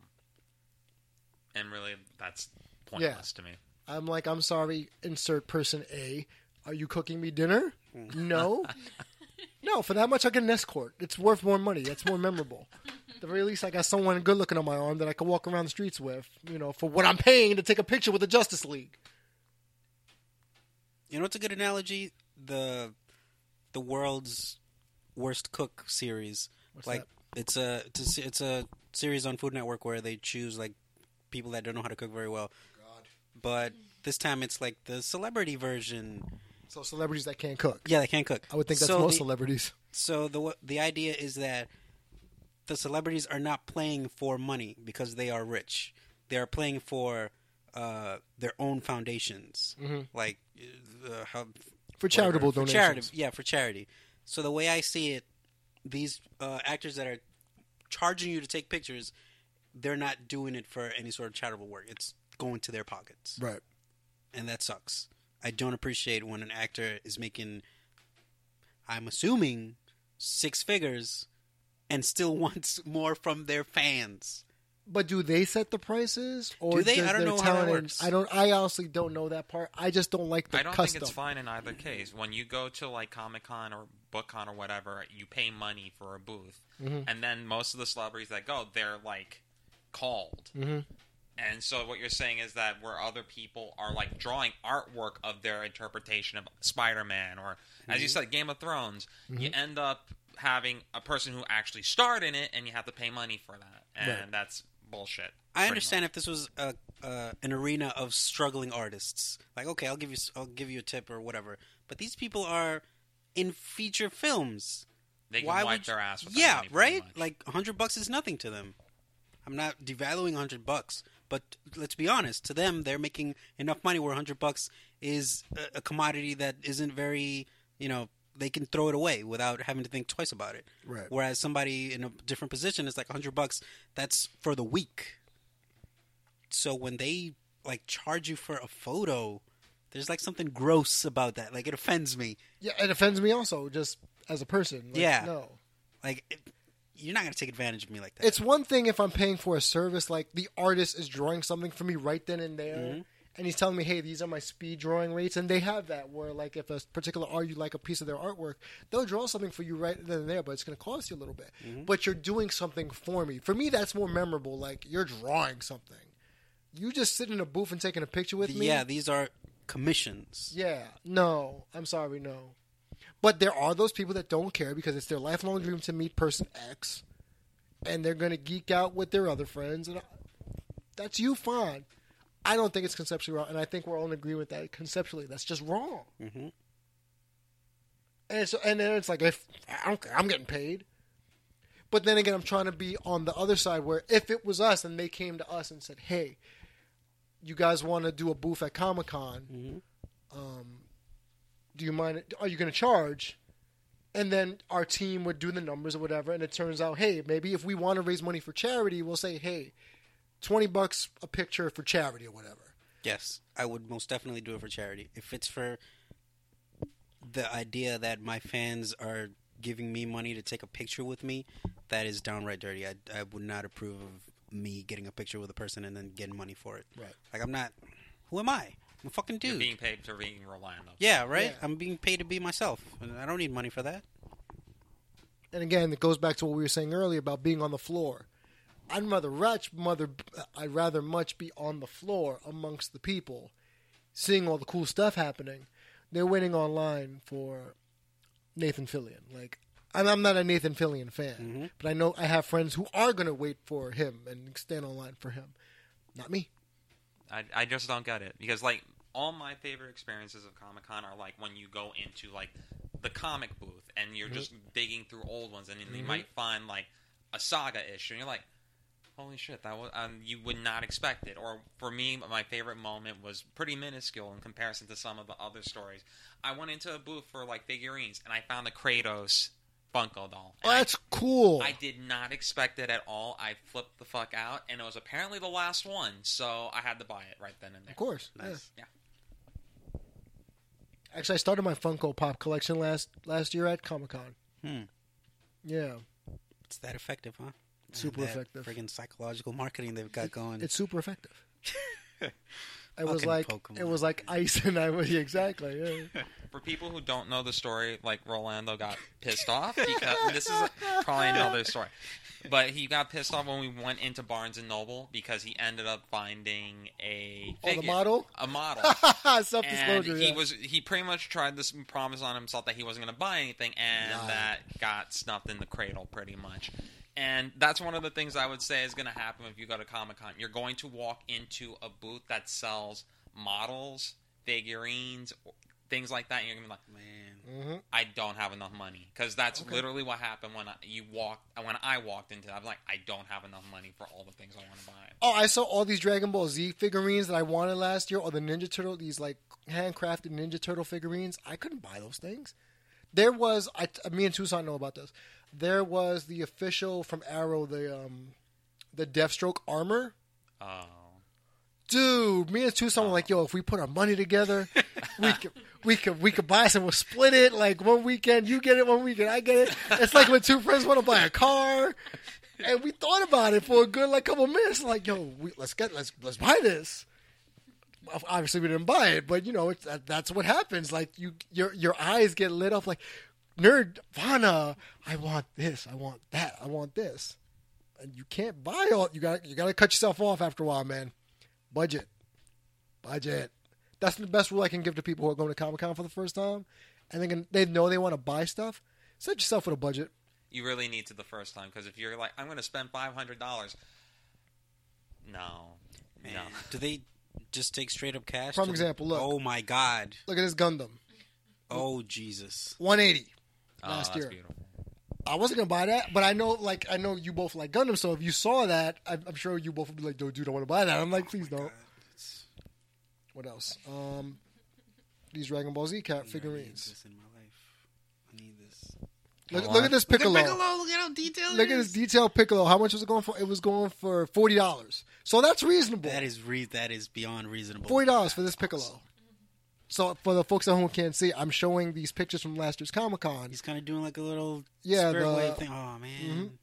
S4: and really, that's pointless to me.
S2: I'm like, I'm sorry, insert person A. Are you cooking me dinner?
S3: Mm.
S2: No, no. For that much, I get an escort. It's worth more money. That's more memorable. At the very least, I got someone good looking on my arm that I can walk around the streets with. You know, for what I'm paying to take a picture with the Justice League.
S3: You know, what's a good analogy. The the world's worst cook series.
S2: What's
S3: like it's a it's a se- it's a series on Food Network where they choose like people that don't know how to cook very well. But this time it's like the celebrity version.
S2: So celebrities that can't cook.
S3: Yeah, they can't cook.
S2: I would think that's
S3: So
S2: most
S3: the-
S2: celebrities.
S3: So the the idea is that the the celebrities are not playing for money because they are rich. They are playing for uh, their own foundations, like uh, how,
S2: For charitable
S3: whatever,
S2: donations.
S3: for Charity, yeah, for charity. So the way I see it, these uh, actors that are charging you to take pictures, they're not doing it for any sort of charitable work. It's going to their pockets
S2: Right.
S3: and that sucks. I don't appreciate when an actor is making, I'm assuming, six figures, and still wants more from their fans.
S2: But do they set the prices, or
S3: Do they?
S2: Does
S3: I don't
S2: their
S3: know how that
S2: talent,
S3: works.
S2: I don't. I honestly don't know that part. I just don't like the
S4: I don't
S2: custom.
S4: think it's fine in either case. When you go to like Comic Con or Book Con or whatever, you pay money for a booth,
S2: Mm-hmm.
S4: and then most of the celebrities that go, they're like called.
S2: Mm-hmm.
S4: And so what you're saying is that where other people are like drawing artwork of their interpretation of Spider-Man or as you
S2: Mm-hmm.
S4: said Game of Thrones, you end up having a person who actually starred in it and you have to pay money for that. And that's bullshit.
S3: I
S4: pretty
S3: understand if this was a, uh, an arena of struggling artists, like okay, I'll give you, s- I'll give you a tip or whatever. But these people are in feature films.
S4: They can
S3: Why
S4: wipe
S3: would
S4: their
S3: you-
S4: ass with that
S3: yeah,
S4: money pretty
S3: right.
S4: much.
S3: Like hundred bucks is nothing to them. I'm not devaluing hundred bucks, but let's be honest. To them, they're making enough money where hundred bucks is a, a commodity that isn't very, you know, they can throw it away without having to think twice about it.
S2: Right.
S3: Whereas somebody in a different position is like hundred bucks. That's for the week. So when they like charge you for a photo, there's like something gross about that. Like it offends me.
S2: Yeah, it offends me also, just as a person. Like,
S3: Yeah.
S2: No.
S3: Like it, you're not gonna take advantage of me like that.
S2: It's one thing if I'm paying for a service, like the artist is drawing something for me right then and there,
S3: Mm-hmm.
S2: and he's telling me, hey, these are my speed drawing rates, and they have that where, like, if a particular art you like a piece of their artwork, they'll draw something for you right then and there, but it's going to cost you a little bit.
S3: Mm-hmm.
S2: But you're doing something for me. For me, that's more memorable. Like, you're drawing something. You just sitting in a booth and taking a picture with me.
S3: Yeah, these are commissions.
S2: Yeah. No, I'm sorry, no. But there are those people that don't care because it's their lifelong dream to meet person X, and they're going to geek out with their other friends, and I, that's you fine. I don't think it's conceptually wrong, and I think we're all in agreement that conceptually that's just wrong. Mm-hmm. And so, and then it's like if I don't, care, I'm getting paid, but then again, I'm trying to be on the other side where if it was us and they came to us and said, "Hey, you guys want to do a booth at Comic Con?" um, do you mind are you going to charge and then our team would do the numbers or whatever and it turns out hey maybe if we want to raise money for charity we'll say hey 20 bucks a picture for charity or whatever
S3: Yes, I would most definitely do it for charity. If it's for the idea that my fans are giving me money to take a picture with me, that is downright dirty. I, I would not approve of me getting a picture with a person and then getting money for it.
S2: Right.
S3: Like I'm not. Who am I? I'm a fucking dude.
S4: You're being paid for being Rolando.
S3: yeah, right.
S2: Yeah.
S3: I'm being paid to be myself, and I don't need money for that.
S2: and again it goes back to what we were saying earlier about being on the floor i'd rather much mother i'd rather much be on the floor amongst the people seeing all the cool stuff happening they're waiting online for nathan fillion like and i'm not a nathan fillion fan
S4: Mm-hmm.
S2: but i know i have friends who are going to wait for him and stand online for him not me
S4: I, I just don't get it because like all my favorite experiences of Comic Con are like when you go into like the comic booth and you're just digging through old ones and then you might find like a saga issue and you're like, holy shit, that was um, you would not expect it. Or for me, my favorite moment was pretty minuscule in comparison to some of the other stories. I went into a booth for like figurines and I found a Kratos Funko doll. And I
S2: that's cool
S4: I did not expect it at all. I flipped the fuck out, and it was apparently the last one, so I had to buy it right then and there.
S2: of course yeah.
S3: Nice.
S4: Yeah.
S2: Actually, I started my Funko Pop collection last last year at Comic Con.
S3: Hmm.
S2: Yeah,
S3: It's that effective, huh? And
S2: Super
S3: that
S2: effective.
S3: Friggin' psychological marketing they've got going.
S2: it's super effective. it was
S3: Fucking
S2: like it
S3: Pokemon.
S2: was like ice, and I was yeah, exactly. Yeah.
S4: For people who don't know the story, like Rolando got pissed off because this is probably another story. But he got pissed off when we went into Barnes and Noble because he ended up finding a
S2: Oh, the
S4: figure-
S2: model?
S4: a model.
S2: Self
S4: and
S2: disclosure.
S4: he
S2: yeah.
S4: was he pretty much tried this promise on himself that he wasn't going to buy anything and that got snuffed in the cradle pretty much and that's one of the things i would say is going to happen if you go to comic-con you're going to walk into a booth that sells models figurines things like that and you're going to be like
S3: Man,
S2: Mm-hmm.
S4: I don't have enough money because that's literally what happened when I, you walked when I walked into. It. I'm like, I don't have enough money for all the things I want to buy.
S2: Oh, I saw all these Dragon Ball Z figurines that I wanted last year, or the Ninja Turtle, these like handcrafted Ninja Turtle figurines. I couldn't buy those things. There was, I, me and Tucson know about this. There was the official from Arrow, the um, the Deathstroke armor.
S4: Oh,
S2: Dude, me and Tucson were like, yo, if we put our money together, we could. We could we could buy some. We'll split it like one weekend. You get it one weekend. I get it. It's like when two friends want to buy a car, and we thought about it for a good like couple minutes. Like, yo, we, let's get let's let's buy this obviously we didn't buy it, but you know it's, that, that's what happens. Like you, your your eyes get lit up. Like nerd, Vana, I want this, I want that, I want this, and you can't buy all. You got to you got to cut yourself off after a while, man. Budget, budget. That's the best rule I can give to people who are going to Comic Con for the first time, and they can, they know they want to buy stuff. Set yourself with a budget.
S4: you really need to the first time because if you're like, I'm going to spend five hundred dollars. No,
S3: Man,
S4: no.
S3: Do they just take straight up cash?
S2: Prime
S3: Do-
S2: example, look.
S3: Oh my god.
S2: Look at this Gundam,
S3: Oh Jesus.
S2: one eighty.
S4: Oh,
S2: Last
S4: that's
S2: year.
S4: beautiful.
S2: I wasn't gonna buy that, but I know, like, I know you both like Gundam. So if you saw that, I'm, I'm sure you both would be like, "No, dude, I want to buy that." I'm like, "Please
S3: Oh,
S2: don't." What else? Um, these Dragon Ball Z cat figurines.
S3: This in my life. I need this.
S2: Look,
S4: Come
S2: look
S4: on.
S2: at this Piccolo.
S3: Look at Piccolo. Look at how detailed.
S2: Look
S3: it
S2: at
S3: is.
S2: this detailed Piccolo. How much was it going for? It was going for forty dollars. So that's reasonable.
S3: That is re- that is beyond reasonable.
S2: forty dollars for this Piccolo. So for the folks at home who can't see, I'm showing these pictures from last year's Comic Con.
S3: He's kind of doing like a little
S2: Yeah,
S3: spirit
S2: the- Mm-hmm.
S3: wave thing. Oh man,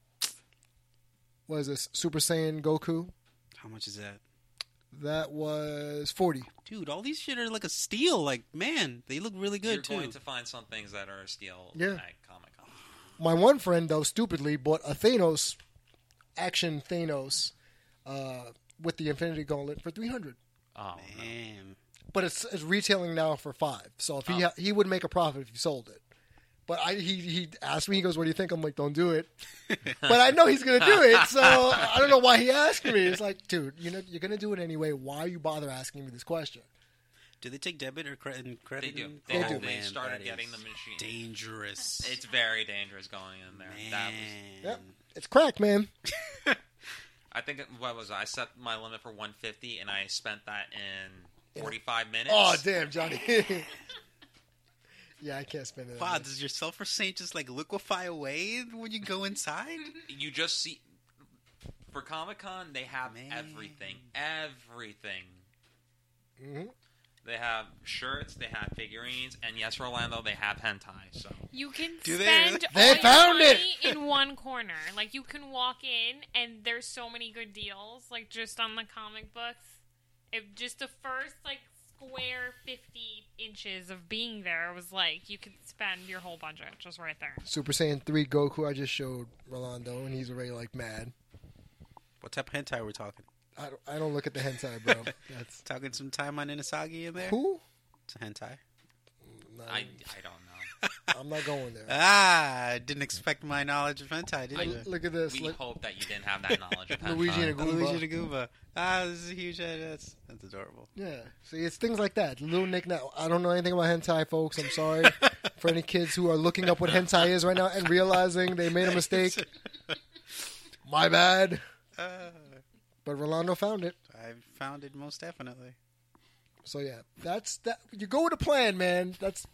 S2: Was this Super Saiyan Goku?
S3: how much is that,
S2: That was forty.
S3: dude? All these shit are like a steal. Like man, they look really good
S4: You're
S3: too.
S4: going to find some things that are still
S2: Yeah.
S4: at Comic Con.
S2: My one friend, though, stupidly bought a Thanos, action Thanos, uh, with the Infinity Gauntlet for three hundred.
S4: Oh, no.
S3: Damn.
S2: But it's, it's retailing now for five. So if
S4: Oh.
S2: he ha- he would make a profit if he sold it. But I, he he asked me. He goes, "What do you think?" I'm like, "Don't do it." but I know he's gonna do it, so I don't know why he asked me. It's like, dude, you know you're gonna do it anyway. Why you bother asking me this question?
S3: Do they take debit or cre- and
S4: They
S3: credit?
S4: do.
S3: and- Oh,
S4: They,
S2: They
S4: have-
S2: do.
S4: they
S3: Man,
S4: started
S3: that
S4: getting
S3: is
S4: the machine.
S3: Dangerous.
S4: It's very dangerous going in there. That was,
S3: Man.
S2: Yep, it's crack, man.
S4: I think it- what was it? I set my limit for 150, and I spent that in 45 minutes.
S2: Oh damn, Johnny. yeah, I can't spend it.
S3: Wow, does your sulfur saint just like liquefy away when you go inside?
S4: You just see for Comic Con, they have
S3: Man.
S4: everything, everything. They have shirts, they have figurines, and yes, Orlando, they have hentai. So
S5: You can
S3: Do they
S5: spend
S3: really?
S5: all
S2: They
S5: your
S2: found it!
S5: money in one corner. Like you can walk in and there's so many good deals. Like just on the comic books, if just the first like square fifty inches of being there was like you could spend your whole budget just right there.
S2: Super Saiyan 3 Goku I just showed Rolando and he's already like mad.
S3: What type of hentai we're talking?
S2: I don't, I don't look at the hentai, bro. That's
S3: Talking some time on Inasagi in there?
S2: who?
S3: It's a hentai.
S4: I, Uh, I don't know.
S2: I'm not going there.
S3: Ah, I didn't expect my knowledge of hentai, did you?
S2: Look- Look at this.
S4: We
S2: Look,
S4: hope that you didn't have that knowledge of hentai.
S2: Luigi and a
S3: Luigi
S2: Goomba.
S3: de Goomba. Ah, this is a huge head. That's, that's adorable.
S2: Yeah. See, it's things like that. Little Nick now. I don't know anything about hentai, folks. I'm sorry for any kids who are looking up what hentai is right now and realizing they made a mistake. My bad. Uh.
S3: Ah,
S2: But Rolando found it.
S3: I found it most definitely.
S2: So yeah, that's that. You go with a plan, man. That's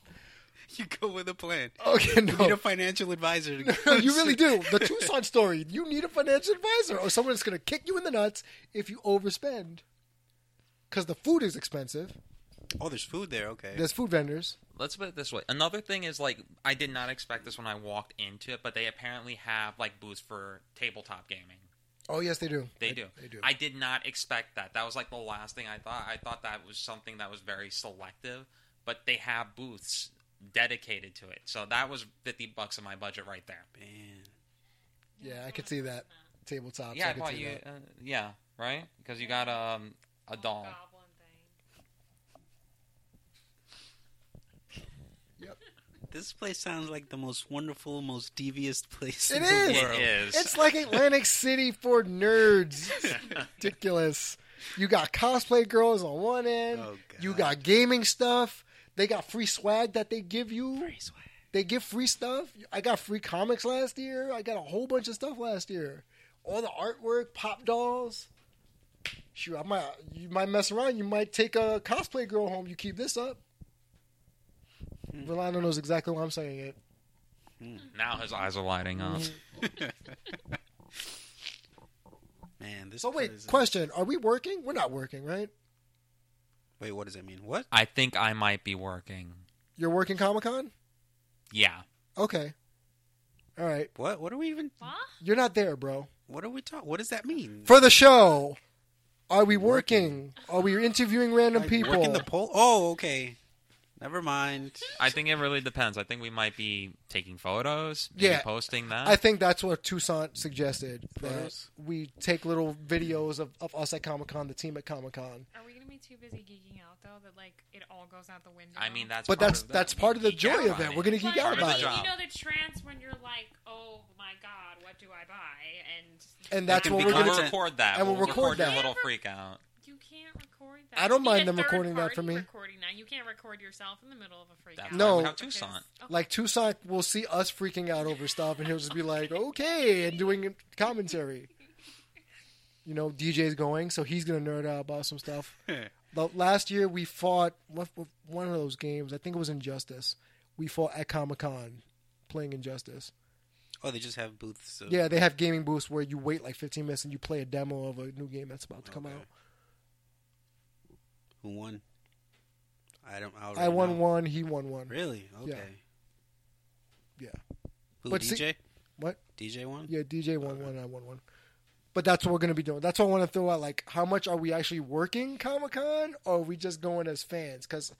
S3: You go with a plan.
S2: okay.
S3: You need a
S2: No.
S3: financial advisor. To
S2: Oh. No,
S3: go
S2: you really do. The Tucson story. You need a financial advisor, or someone that's going to kick you in the nuts if you overspend. Because the food is expensive.
S3: Oh, there's food there. Okay.
S2: There's food vendors.
S4: Let's put it this way. Another thing is like I did not expect this when I walked into it, but they apparently have like booths for tabletop gaming.
S2: Oh yes, they do.
S4: They do.
S2: They do.
S4: I did not expect that. That was like the last thing I thought. I thought that was something that was very selective, but they have booths dedicated to it. So that was 50 bucks of my budget right there.
S3: Man.
S2: yeah, I could see that. Tabletops.
S4: yeah,
S2: I
S4: I
S2: could
S4: bought
S2: see
S4: you
S2: that.
S4: uh, yeah, right? Cuz you got um
S5: Oh,
S4: a doll.
S5: Goblin thing.
S2: Yep.
S3: This place sounds like the most wonderful, most devious place
S2: It
S3: in
S2: is.
S3: the
S4: It
S3: world.
S4: is.
S2: It's like Atlantic City for nerds. It's ridiculous. You got cosplay girls on one end.
S3: Oh, God.
S2: You got gaming stuff. They got free swag that they give you.
S3: Free swag.
S2: They give free stuff. I got free comics last year. I got a whole bunch of stuff last year. All the artwork, pop dolls. Shoot, I might you might mess around. You might take a cosplay girl home. You keep this up. Rolando knows exactly why I'm saying it.
S4: Now his eyes are lighting up.
S3: Man, this.
S2: So wait,
S3: is-
S2: question: Are we working? We're not working, right?
S3: Wait, what does that mean? What?
S4: I think I might be working.
S2: You're working Comic Con.
S4: Yeah.
S2: Okay. All right.
S3: What? What are we even?
S5: What?
S2: You're not there, bro.
S3: What are we talking? What does that mean?
S2: For the show, are we working? Are we interviewing random people?
S3: Working the poll? Oh, okay. Never mind.
S4: I think it really depends. I think we might be taking photos, maybe
S2: Yeah.
S4: posting that.
S2: I think that's what Toussaint suggested. That
S3: Photos?
S2: we take little videos of, of us at Comic Con, the team at Comic Con.
S5: Are we gonna be too busy geeking out though that like it all goes out the window?
S4: I mean, that's
S2: But
S4: part
S2: that's
S4: of
S2: that's part of the
S4: Geek out
S2: joy of
S4: about
S2: it. We're gonna geek
S5: But
S2: out
S4: Part of the
S2: about
S5: you
S4: job.
S2: it,
S5: know the trance when you're like, oh my god, what do I buy? And
S2: and that's
S3: can
S2: what
S3: be
S2: we're
S4: We'll
S3: content.
S2: gonna.
S4: record that.
S2: And we'll record
S4: your
S2: that.
S4: little freak out.
S5: you can't record that.
S2: I don't
S5: You need
S2: mind
S5: a
S2: them
S5: third
S2: recording that
S5: party
S2: for me.
S5: Recording that, you can't record yourself in the middle of a freak
S4: That's
S5: out.
S4: why
S2: No.
S4: we have
S5: Because-
S4: Tucson.
S5: okay.
S2: Like Toussaint will see us freaking out over stuff, and he'll just be like, "Okay," and doing commentary. You know, DJ's going, so he's gonna nerd out about some stuff. The- Last year we fought what- one of those games. I think it was Injustice. We fought at Comic Con, playing Injustice.
S3: Oh, they just have booths. Of,
S2: Yeah, they have gaming booths where you wait like 15 minutes and you play a demo of a new game that's about to come
S3: Okay.
S2: out.
S3: Who won? I don't. I,
S2: I
S3: already
S2: won
S3: know.
S2: one, he won one.
S3: Really? Okay.
S2: Yeah.
S3: Who
S2: But see-
S3: DJ?
S2: What?
S3: DJ won.
S2: Yeah, DJ won one, I won one. But that's what we're going to be doing. That's what I want to throw out. Like, how much are we actually working Comic Con or are we just going as fans? Because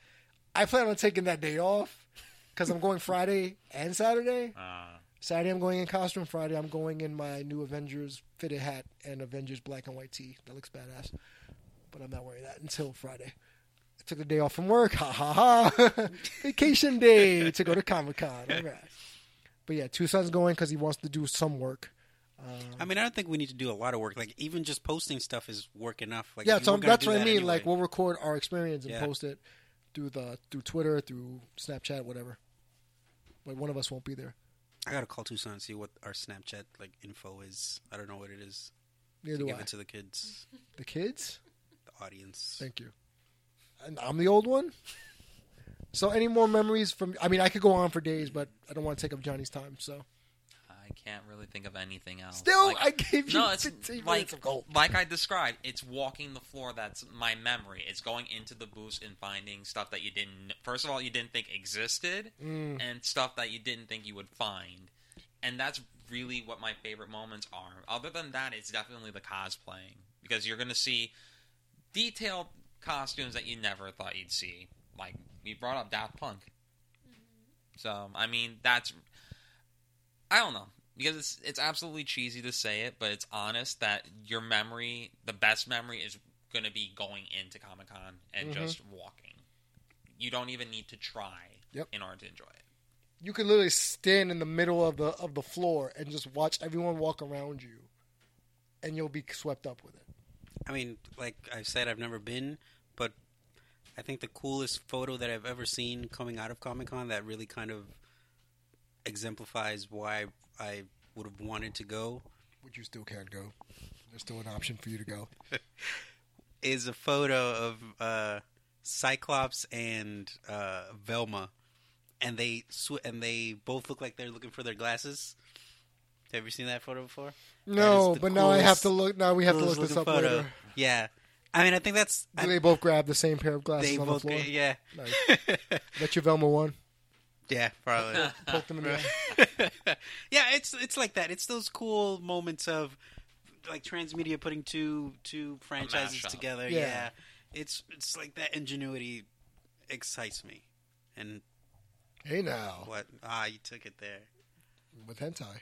S2: I plan on taking that day off because I'm going Friday and Saturday.
S4: Uh,
S2: Saturday, I'm going in costume. Friday, I'm going in my new Avengers fitted hat and Avengers black and white tee. That looks badass. But I'm not wearing that until Friday. I took the day off from work. Ha ha ha. Vacation day to go to Comic Con. All right. But yeah, Tucson's going because he wants to do some work.
S3: I mean, I don't think we need to do a lot of work. Like even just posting stuff is work enough. Like
S2: yeah,
S3: if you
S2: so
S3: were gonna
S2: that's
S3: do
S2: what I
S3: that
S2: mean.
S3: anyway-
S2: Like we'll record our experience and
S3: Yeah.
S2: post it through the through Twitter, through Snapchat, whatever. But one of us won't be there.
S3: I gotta call Tucson and see what our Snapchat like info is. I don't know what it is.
S2: Neither
S3: to
S2: do
S3: give
S2: I.
S3: it to the kids,
S2: The kids.
S3: the audience.
S2: Thank you. And I'm the old one. So any more memories from? I mean, I could go on for days, but I don't want to take up Johnny's time. So
S3: Oh,
S4: I can't really think of anything else.
S2: Still,
S4: Like-
S2: I gave you
S4: no, it's
S2: 15 minutes
S4: like,
S2: of gold.
S4: like I described, it's walking the floor that's my memory. It's going into the booths and finding stuff that you didn't, first of all, you didn't think existed,
S2: Mm.
S4: and stuff that you didn't think you would find. And that's really what my favorite moments are. Other than that, it's definitely the cosplaying, because you're going to see detailed costumes that you never thought you'd see. Like, we brought up Daft Punk. So, I mean, that's I don't know because it's it's absolutely cheesy to say it, but it's honest that your memory, the best memory, is going to be going into Comic Con and just walking. You don't even need to try
S2: Yep.
S4: in order to enjoy it.
S2: you could literally stand in the middle of the of the floor and just watch everyone walk around you, and you'll be swept up with it.
S3: I mean, like I've said, I've never been, but I think the coolest photo that I've ever seen coming out of Comic Con that really kind of exemplifies why I would have wanted to go
S2: Which you still can go. There's still an option for you to go.
S3: is a photo of uh, Cyclops and uh, Velma, and they sw- and they both look like they're looking for their glasses. Have you seen that photo before? That
S2: No,
S3: is the
S2: but now I have
S3: coolest-
S2: to look. Now we have to look
S3: coolest
S2: this
S3: looking
S2: up later.
S3: Yeah, I mean, I think that's
S2: Do
S3: I-
S2: they both grab the same pair of glasses
S3: they
S2: on
S3: both
S2: the floor?
S3: yeah
S2: Nice. That's your Velma one.
S3: yeah probably.
S2: Poke them in the eye.
S3: yeah, it's it's like that. It's those cool moments of like transmedia putting two two franchises
S4: mashup.
S3: together.
S2: Yeah.
S3: Yeah. It's it's like that ingenuity excites me. And
S2: Hey now,
S3: what ah, you took it there.
S2: with hentai.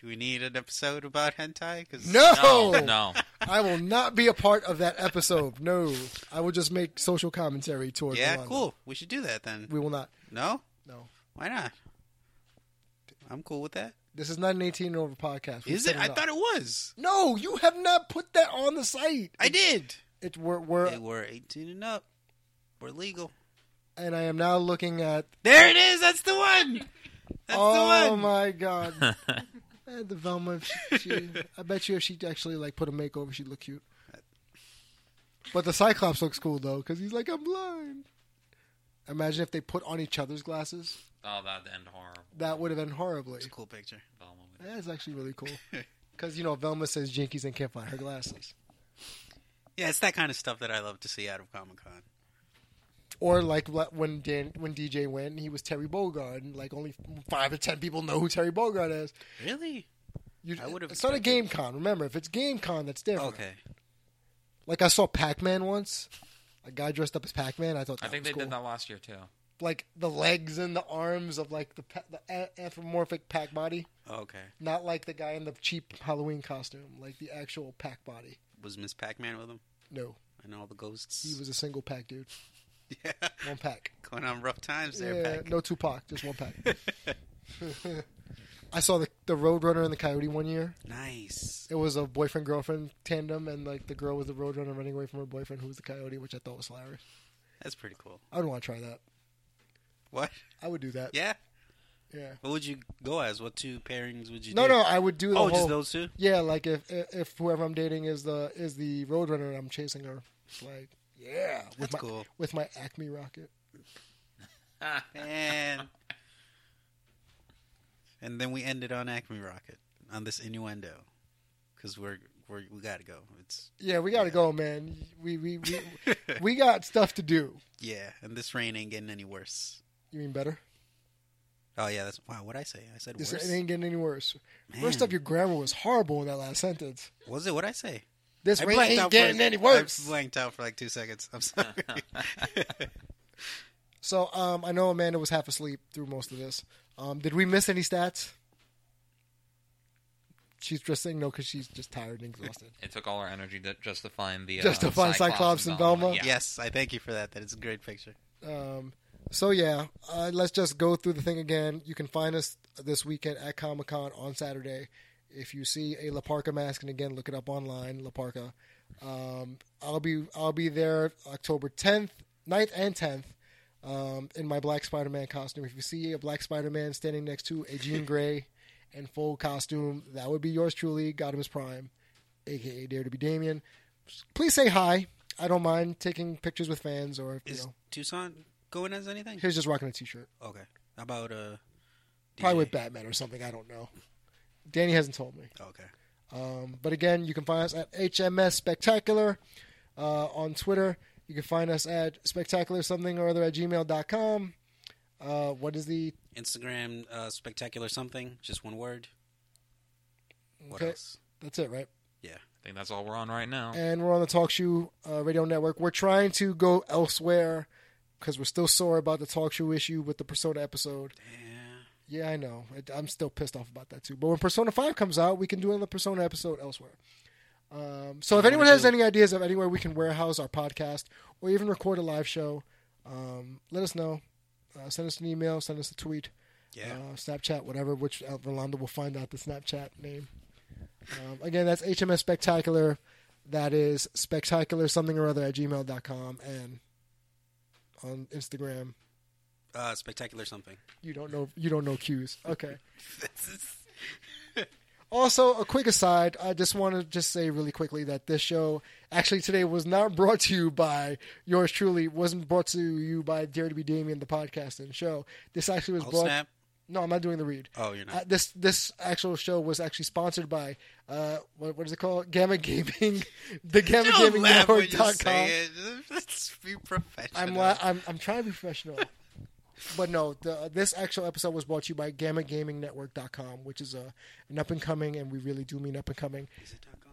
S3: Do we need an episode about hentai? Cause
S2: No,
S4: No, no.
S2: I will not be a part of that episode. No, I will just make social commentary towards.
S3: Yeah,
S2: Rolando.
S3: cool. We should do that then.
S2: We will not.
S3: No,
S2: No,
S3: why not? I'm cool with that.
S2: this is not an eighteen and over podcast. We
S3: Is
S2: set
S3: it? I
S2: up.
S3: thought it was.
S2: No, you have not put that on the site.
S3: I did.
S2: It we're, we're
S3: They were 18 and up. We're legal.
S2: and I am now looking at.
S3: There it is. That's the one. That's
S2: oh
S3: the one.
S2: my god! Eh, the Velma. She, she, I bet you if she actually like put a makeover, she'd look cute. But the Cyclops looks cool though, because he's like, I'm blind. Imagine if they put on each other's glasses.
S4: Oh, that'd end horrible.
S2: That would have been horribly.
S3: It's a cool picture.
S4: Velma would-
S2: That's actually really cool. Because, you know, Velma says jinkies and can't find her glasses.
S3: Yeah, it's that kind of stuff that I love to see out of Comic Con.
S2: Or, like, le- when Dan, when DJ went, he was Terry Bogard, and, like, only five or ten people know who Terry Bogard is.
S3: Really?
S2: You,
S3: I would've
S2: it's not a game
S3: expected-
S2: con, remember. If it's game con, that's different.
S3: Okay.
S2: Like, I saw Pac Man once. A guy dressed up as Pac Man. I thought that
S4: I think
S2: was
S4: they
S2: cool.
S4: did that last year too.
S2: Like, the legs and the arms of, like, the, pa- the a- anthropomorphic Pac body.
S3: Okay.
S2: Not like the guy in the cheap Halloween costume, like the actual Pac body.
S3: Was Miss Pac Man with him?
S2: No,
S3: And all the ghosts.
S2: he was a single pack dude.
S3: yeah.
S2: One pack.
S3: Going on rough times there,
S2: Yeah,
S3: Pac.
S2: no Tupac, just one pack. I saw the the Roadrunner and the Coyote one year.
S3: Nice.
S2: It was a boyfriend girlfriend tandem, and like the girl was the Roadrunner running away from her boyfriend, who was the Coyote, which I thought was hilarious.
S3: That's pretty cool.
S2: I would want to try that.
S3: What?
S2: I would do that.
S3: Yeah.
S2: Yeah.
S3: What would you go as? What two pairings would you
S2: No,
S3: do?
S2: no, I would do the
S3: Oh,
S2: whole.
S3: just those two?
S2: Yeah, like if if whoever I'm dating is the is the Roadrunner, and I'm chasing her, it's like yeah, with
S3: That's
S2: my
S3: cool.
S2: with my Acme rocket.
S3: Man. and then we ended on Acme Rocket on this innuendo because we're, we're we gotta go. It's
S2: Yeah, we gotta go, man. We we we, we got stuff to do.
S3: yeah, and this rain ain't getting any worse.
S2: You mean better?
S3: Oh yeah, that's wow. What I say? I said
S2: This,
S3: worse.
S2: it ain't getting any worse. First
S3: Man.
S2: up, your grammar was horrible in that last sentence.
S3: Was it what I say?
S2: This
S3: I
S2: rain
S3: blanked
S2: ain't
S3: out
S2: getting
S3: for,
S2: any worse.
S3: I blanked out for like two seconds. I'm sorry.
S2: So, um, I know Amanda was half asleep through most of this. Um, did we miss any stats? She's just saying no because she's just tired and exhausted.
S4: It took all our energy to, just to find the
S2: Just
S4: uh,
S2: to find Cyclops and Velma?
S4: Yeah.
S3: Yes, I thank you for that. That is a great picture.
S2: Um, so yeah, uh, let's just go through the thing again. You can find us this weekend at Comic Con on Saturday. If you see a Laparca mask, and again, look it up online, Laparca. Um, I'll be I'll be there October 10th, 9th, and 10th um, in my Black Spider-Man costume. If you see a Black Spider-Man standing next to a Jean Grey in full costume, that would be yours truly, Godimus Prime, aka Dare to be Damien. Please say hi. I don't mind taking pictures with fans or you
S3: Is
S2: know.
S3: Tucson going as anything?
S2: He's just rocking a t-shirt,
S3: Okay. How about uh?
S2: probably
S3: DJ?
S2: with Batman or something. I don't know. Danny hasn't told me.
S3: oh, Okay.
S2: Um, but again, you can find us at HMS Spectacular uh, on Twitter. You can find us at spectacular something or other at gmail.com. Uh, what is the
S3: Instagram uh, spectacular something. Just one word. What
S2: Okay.
S3: else? Um,
S2: that's it, right?
S3: Yeah.
S4: I think that's all we're on right now.
S2: And we're on the Talk Shoe uh, Radio Network. We're trying to go elsewhere because we're still sore about the Talk Shoe issue with the Persona episode.
S3: Yeah.
S2: Yeah, I know. I- I'm still pissed off about that too. But when Persona Five comes out, we can do another Persona episode elsewhere. Um, so if
S3: I
S2: anyone
S3: wanna
S2: has
S3: do-
S2: any ideas of anywhere we can warehouse our podcast or even record a live show, um, let us know. Uh, send us an email. Send us a tweet.
S3: Yeah.
S2: Uh, Snapchat, whatever. Which uh, Rolando will find out the Snapchat name. Um, again, that's HMS Spectacular. That is spectacular something or other at gmail.com and on Instagram.
S3: Uh, spectacular something.
S2: You don't know. You don't know cues. Okay. also, a quick aside. I just want to just say really quickly that this show actually today was not brought to you by yours truly. Wasn't brought to you by Dare to Be Damien, the podcast and show. This actually was
S3: Oh
S2: brought.
S3: snap!
S2: No, I'm not doing the read.
S3: Oh, you're
S2: Uh,
S3: not.
S2: this this actual show was actually sponsored by uh what, what is it called Gamma Gaming, the Gamma
S3: Don't
S2: Gaming
S3: laugh when
S2: Network
S3: you
S2: dot com.
S3: say it. Let's be professional.
S2: I'm, la- I'm I'm trying to be professional. but no, the, uh, this actual episode was brought to you by GammaGamingNetwork.com, which is a, an up and coming, and we really do mean up and coming.
S3: Is it dot com?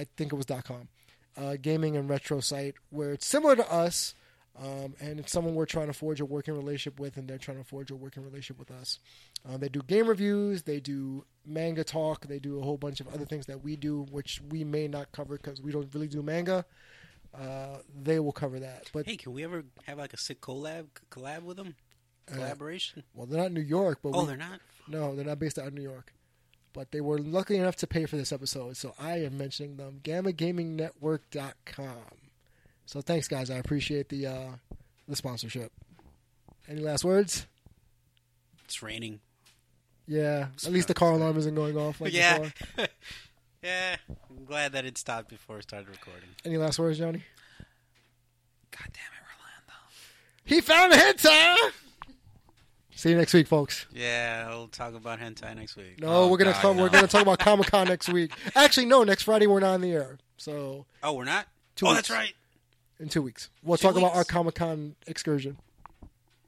S2: I think it was .com, uh, gaming and retro site where it's similar to us, um, and it's someone we're trying to forge a working relationship with, and they're trying to forge a working relationship with us. Uh, they do game reviews, they do manga talk, they do a whole bunch of other things that we do, which we may not cover because we don't really do manga. Uh, they will cover that, but
S3: Hey, can we ever have like a sick collab collab with them? Collaboration?
S2: well, they're not in New York, but Uh,
S3: oh,
S2: we-
S3: they're not.
S2: No, they're not based out of New York. But they were lucky enough to pay for this episode, so I am mentioning them. GammaGamingNetwork.com. So thanks, guys. I appreciate the uh, the sponsorship. Any last words?
S3: It's raining.
S2: Yeah. At least the car alarm isn't going off. Like
S3: yeah.
S2: Before.
S3: yeah. I'm glad that it stopped before I started recording.
S2: Any last words, Johnny?
S4: God damn it,
S2: He found a hentai. See you next week, folks.
S3: Yeah, we'll talk about hentai next week.
S2: No,
S4: Oh,
S2: we're gonna
S4: God,
S2: talk, we're
S4: no.
S2: gonna talk about Comic Con next week. Actually, no, next Friday we're not on the air. So
S3: Oh, we're not?
S2: Two
S3: oh,
S2: weeks.
S3: that's right.
S2: in two weeks, we'll
S3: Two
S2: talk about
S3: weeks?
S2: our Comic Con excursion.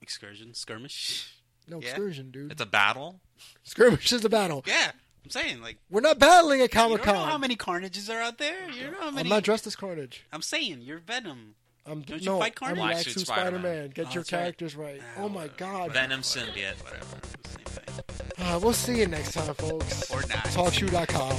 S3: Excursion, skirmish.
S2: No
S3: Yeah.
S2: excursion, dude.
S4: Roland. It's a battle.
S2: Skirmish is a battle.
S3: Yeah, I'm saying like
S2: We're not battling at
S3: you
S2: Comic
S3: don't know how
S2: Con.
S3: many carnages are out there. You don't know how many.
S2: I'm not dressed as Carnage.
S3: I'm saying you're Venom.
S2: I'm
S3: Don't you
S2: no.
S3: fight
S2: I'm
S3: Carnage?
S4: Black
S2: Black
S4: Suit
S2: Suit Spider
S4: Spider-Man.
S2: Man. Get
S3: Oh,
S2: your
S3: that's right.
S2: characters right. Oh my God.
S4: Venom symbiote. Whatever.
S3: Same thing.
S2: Uh, we'll see you next time, folks.
S3: Or not.
S2: Talkshoe.com.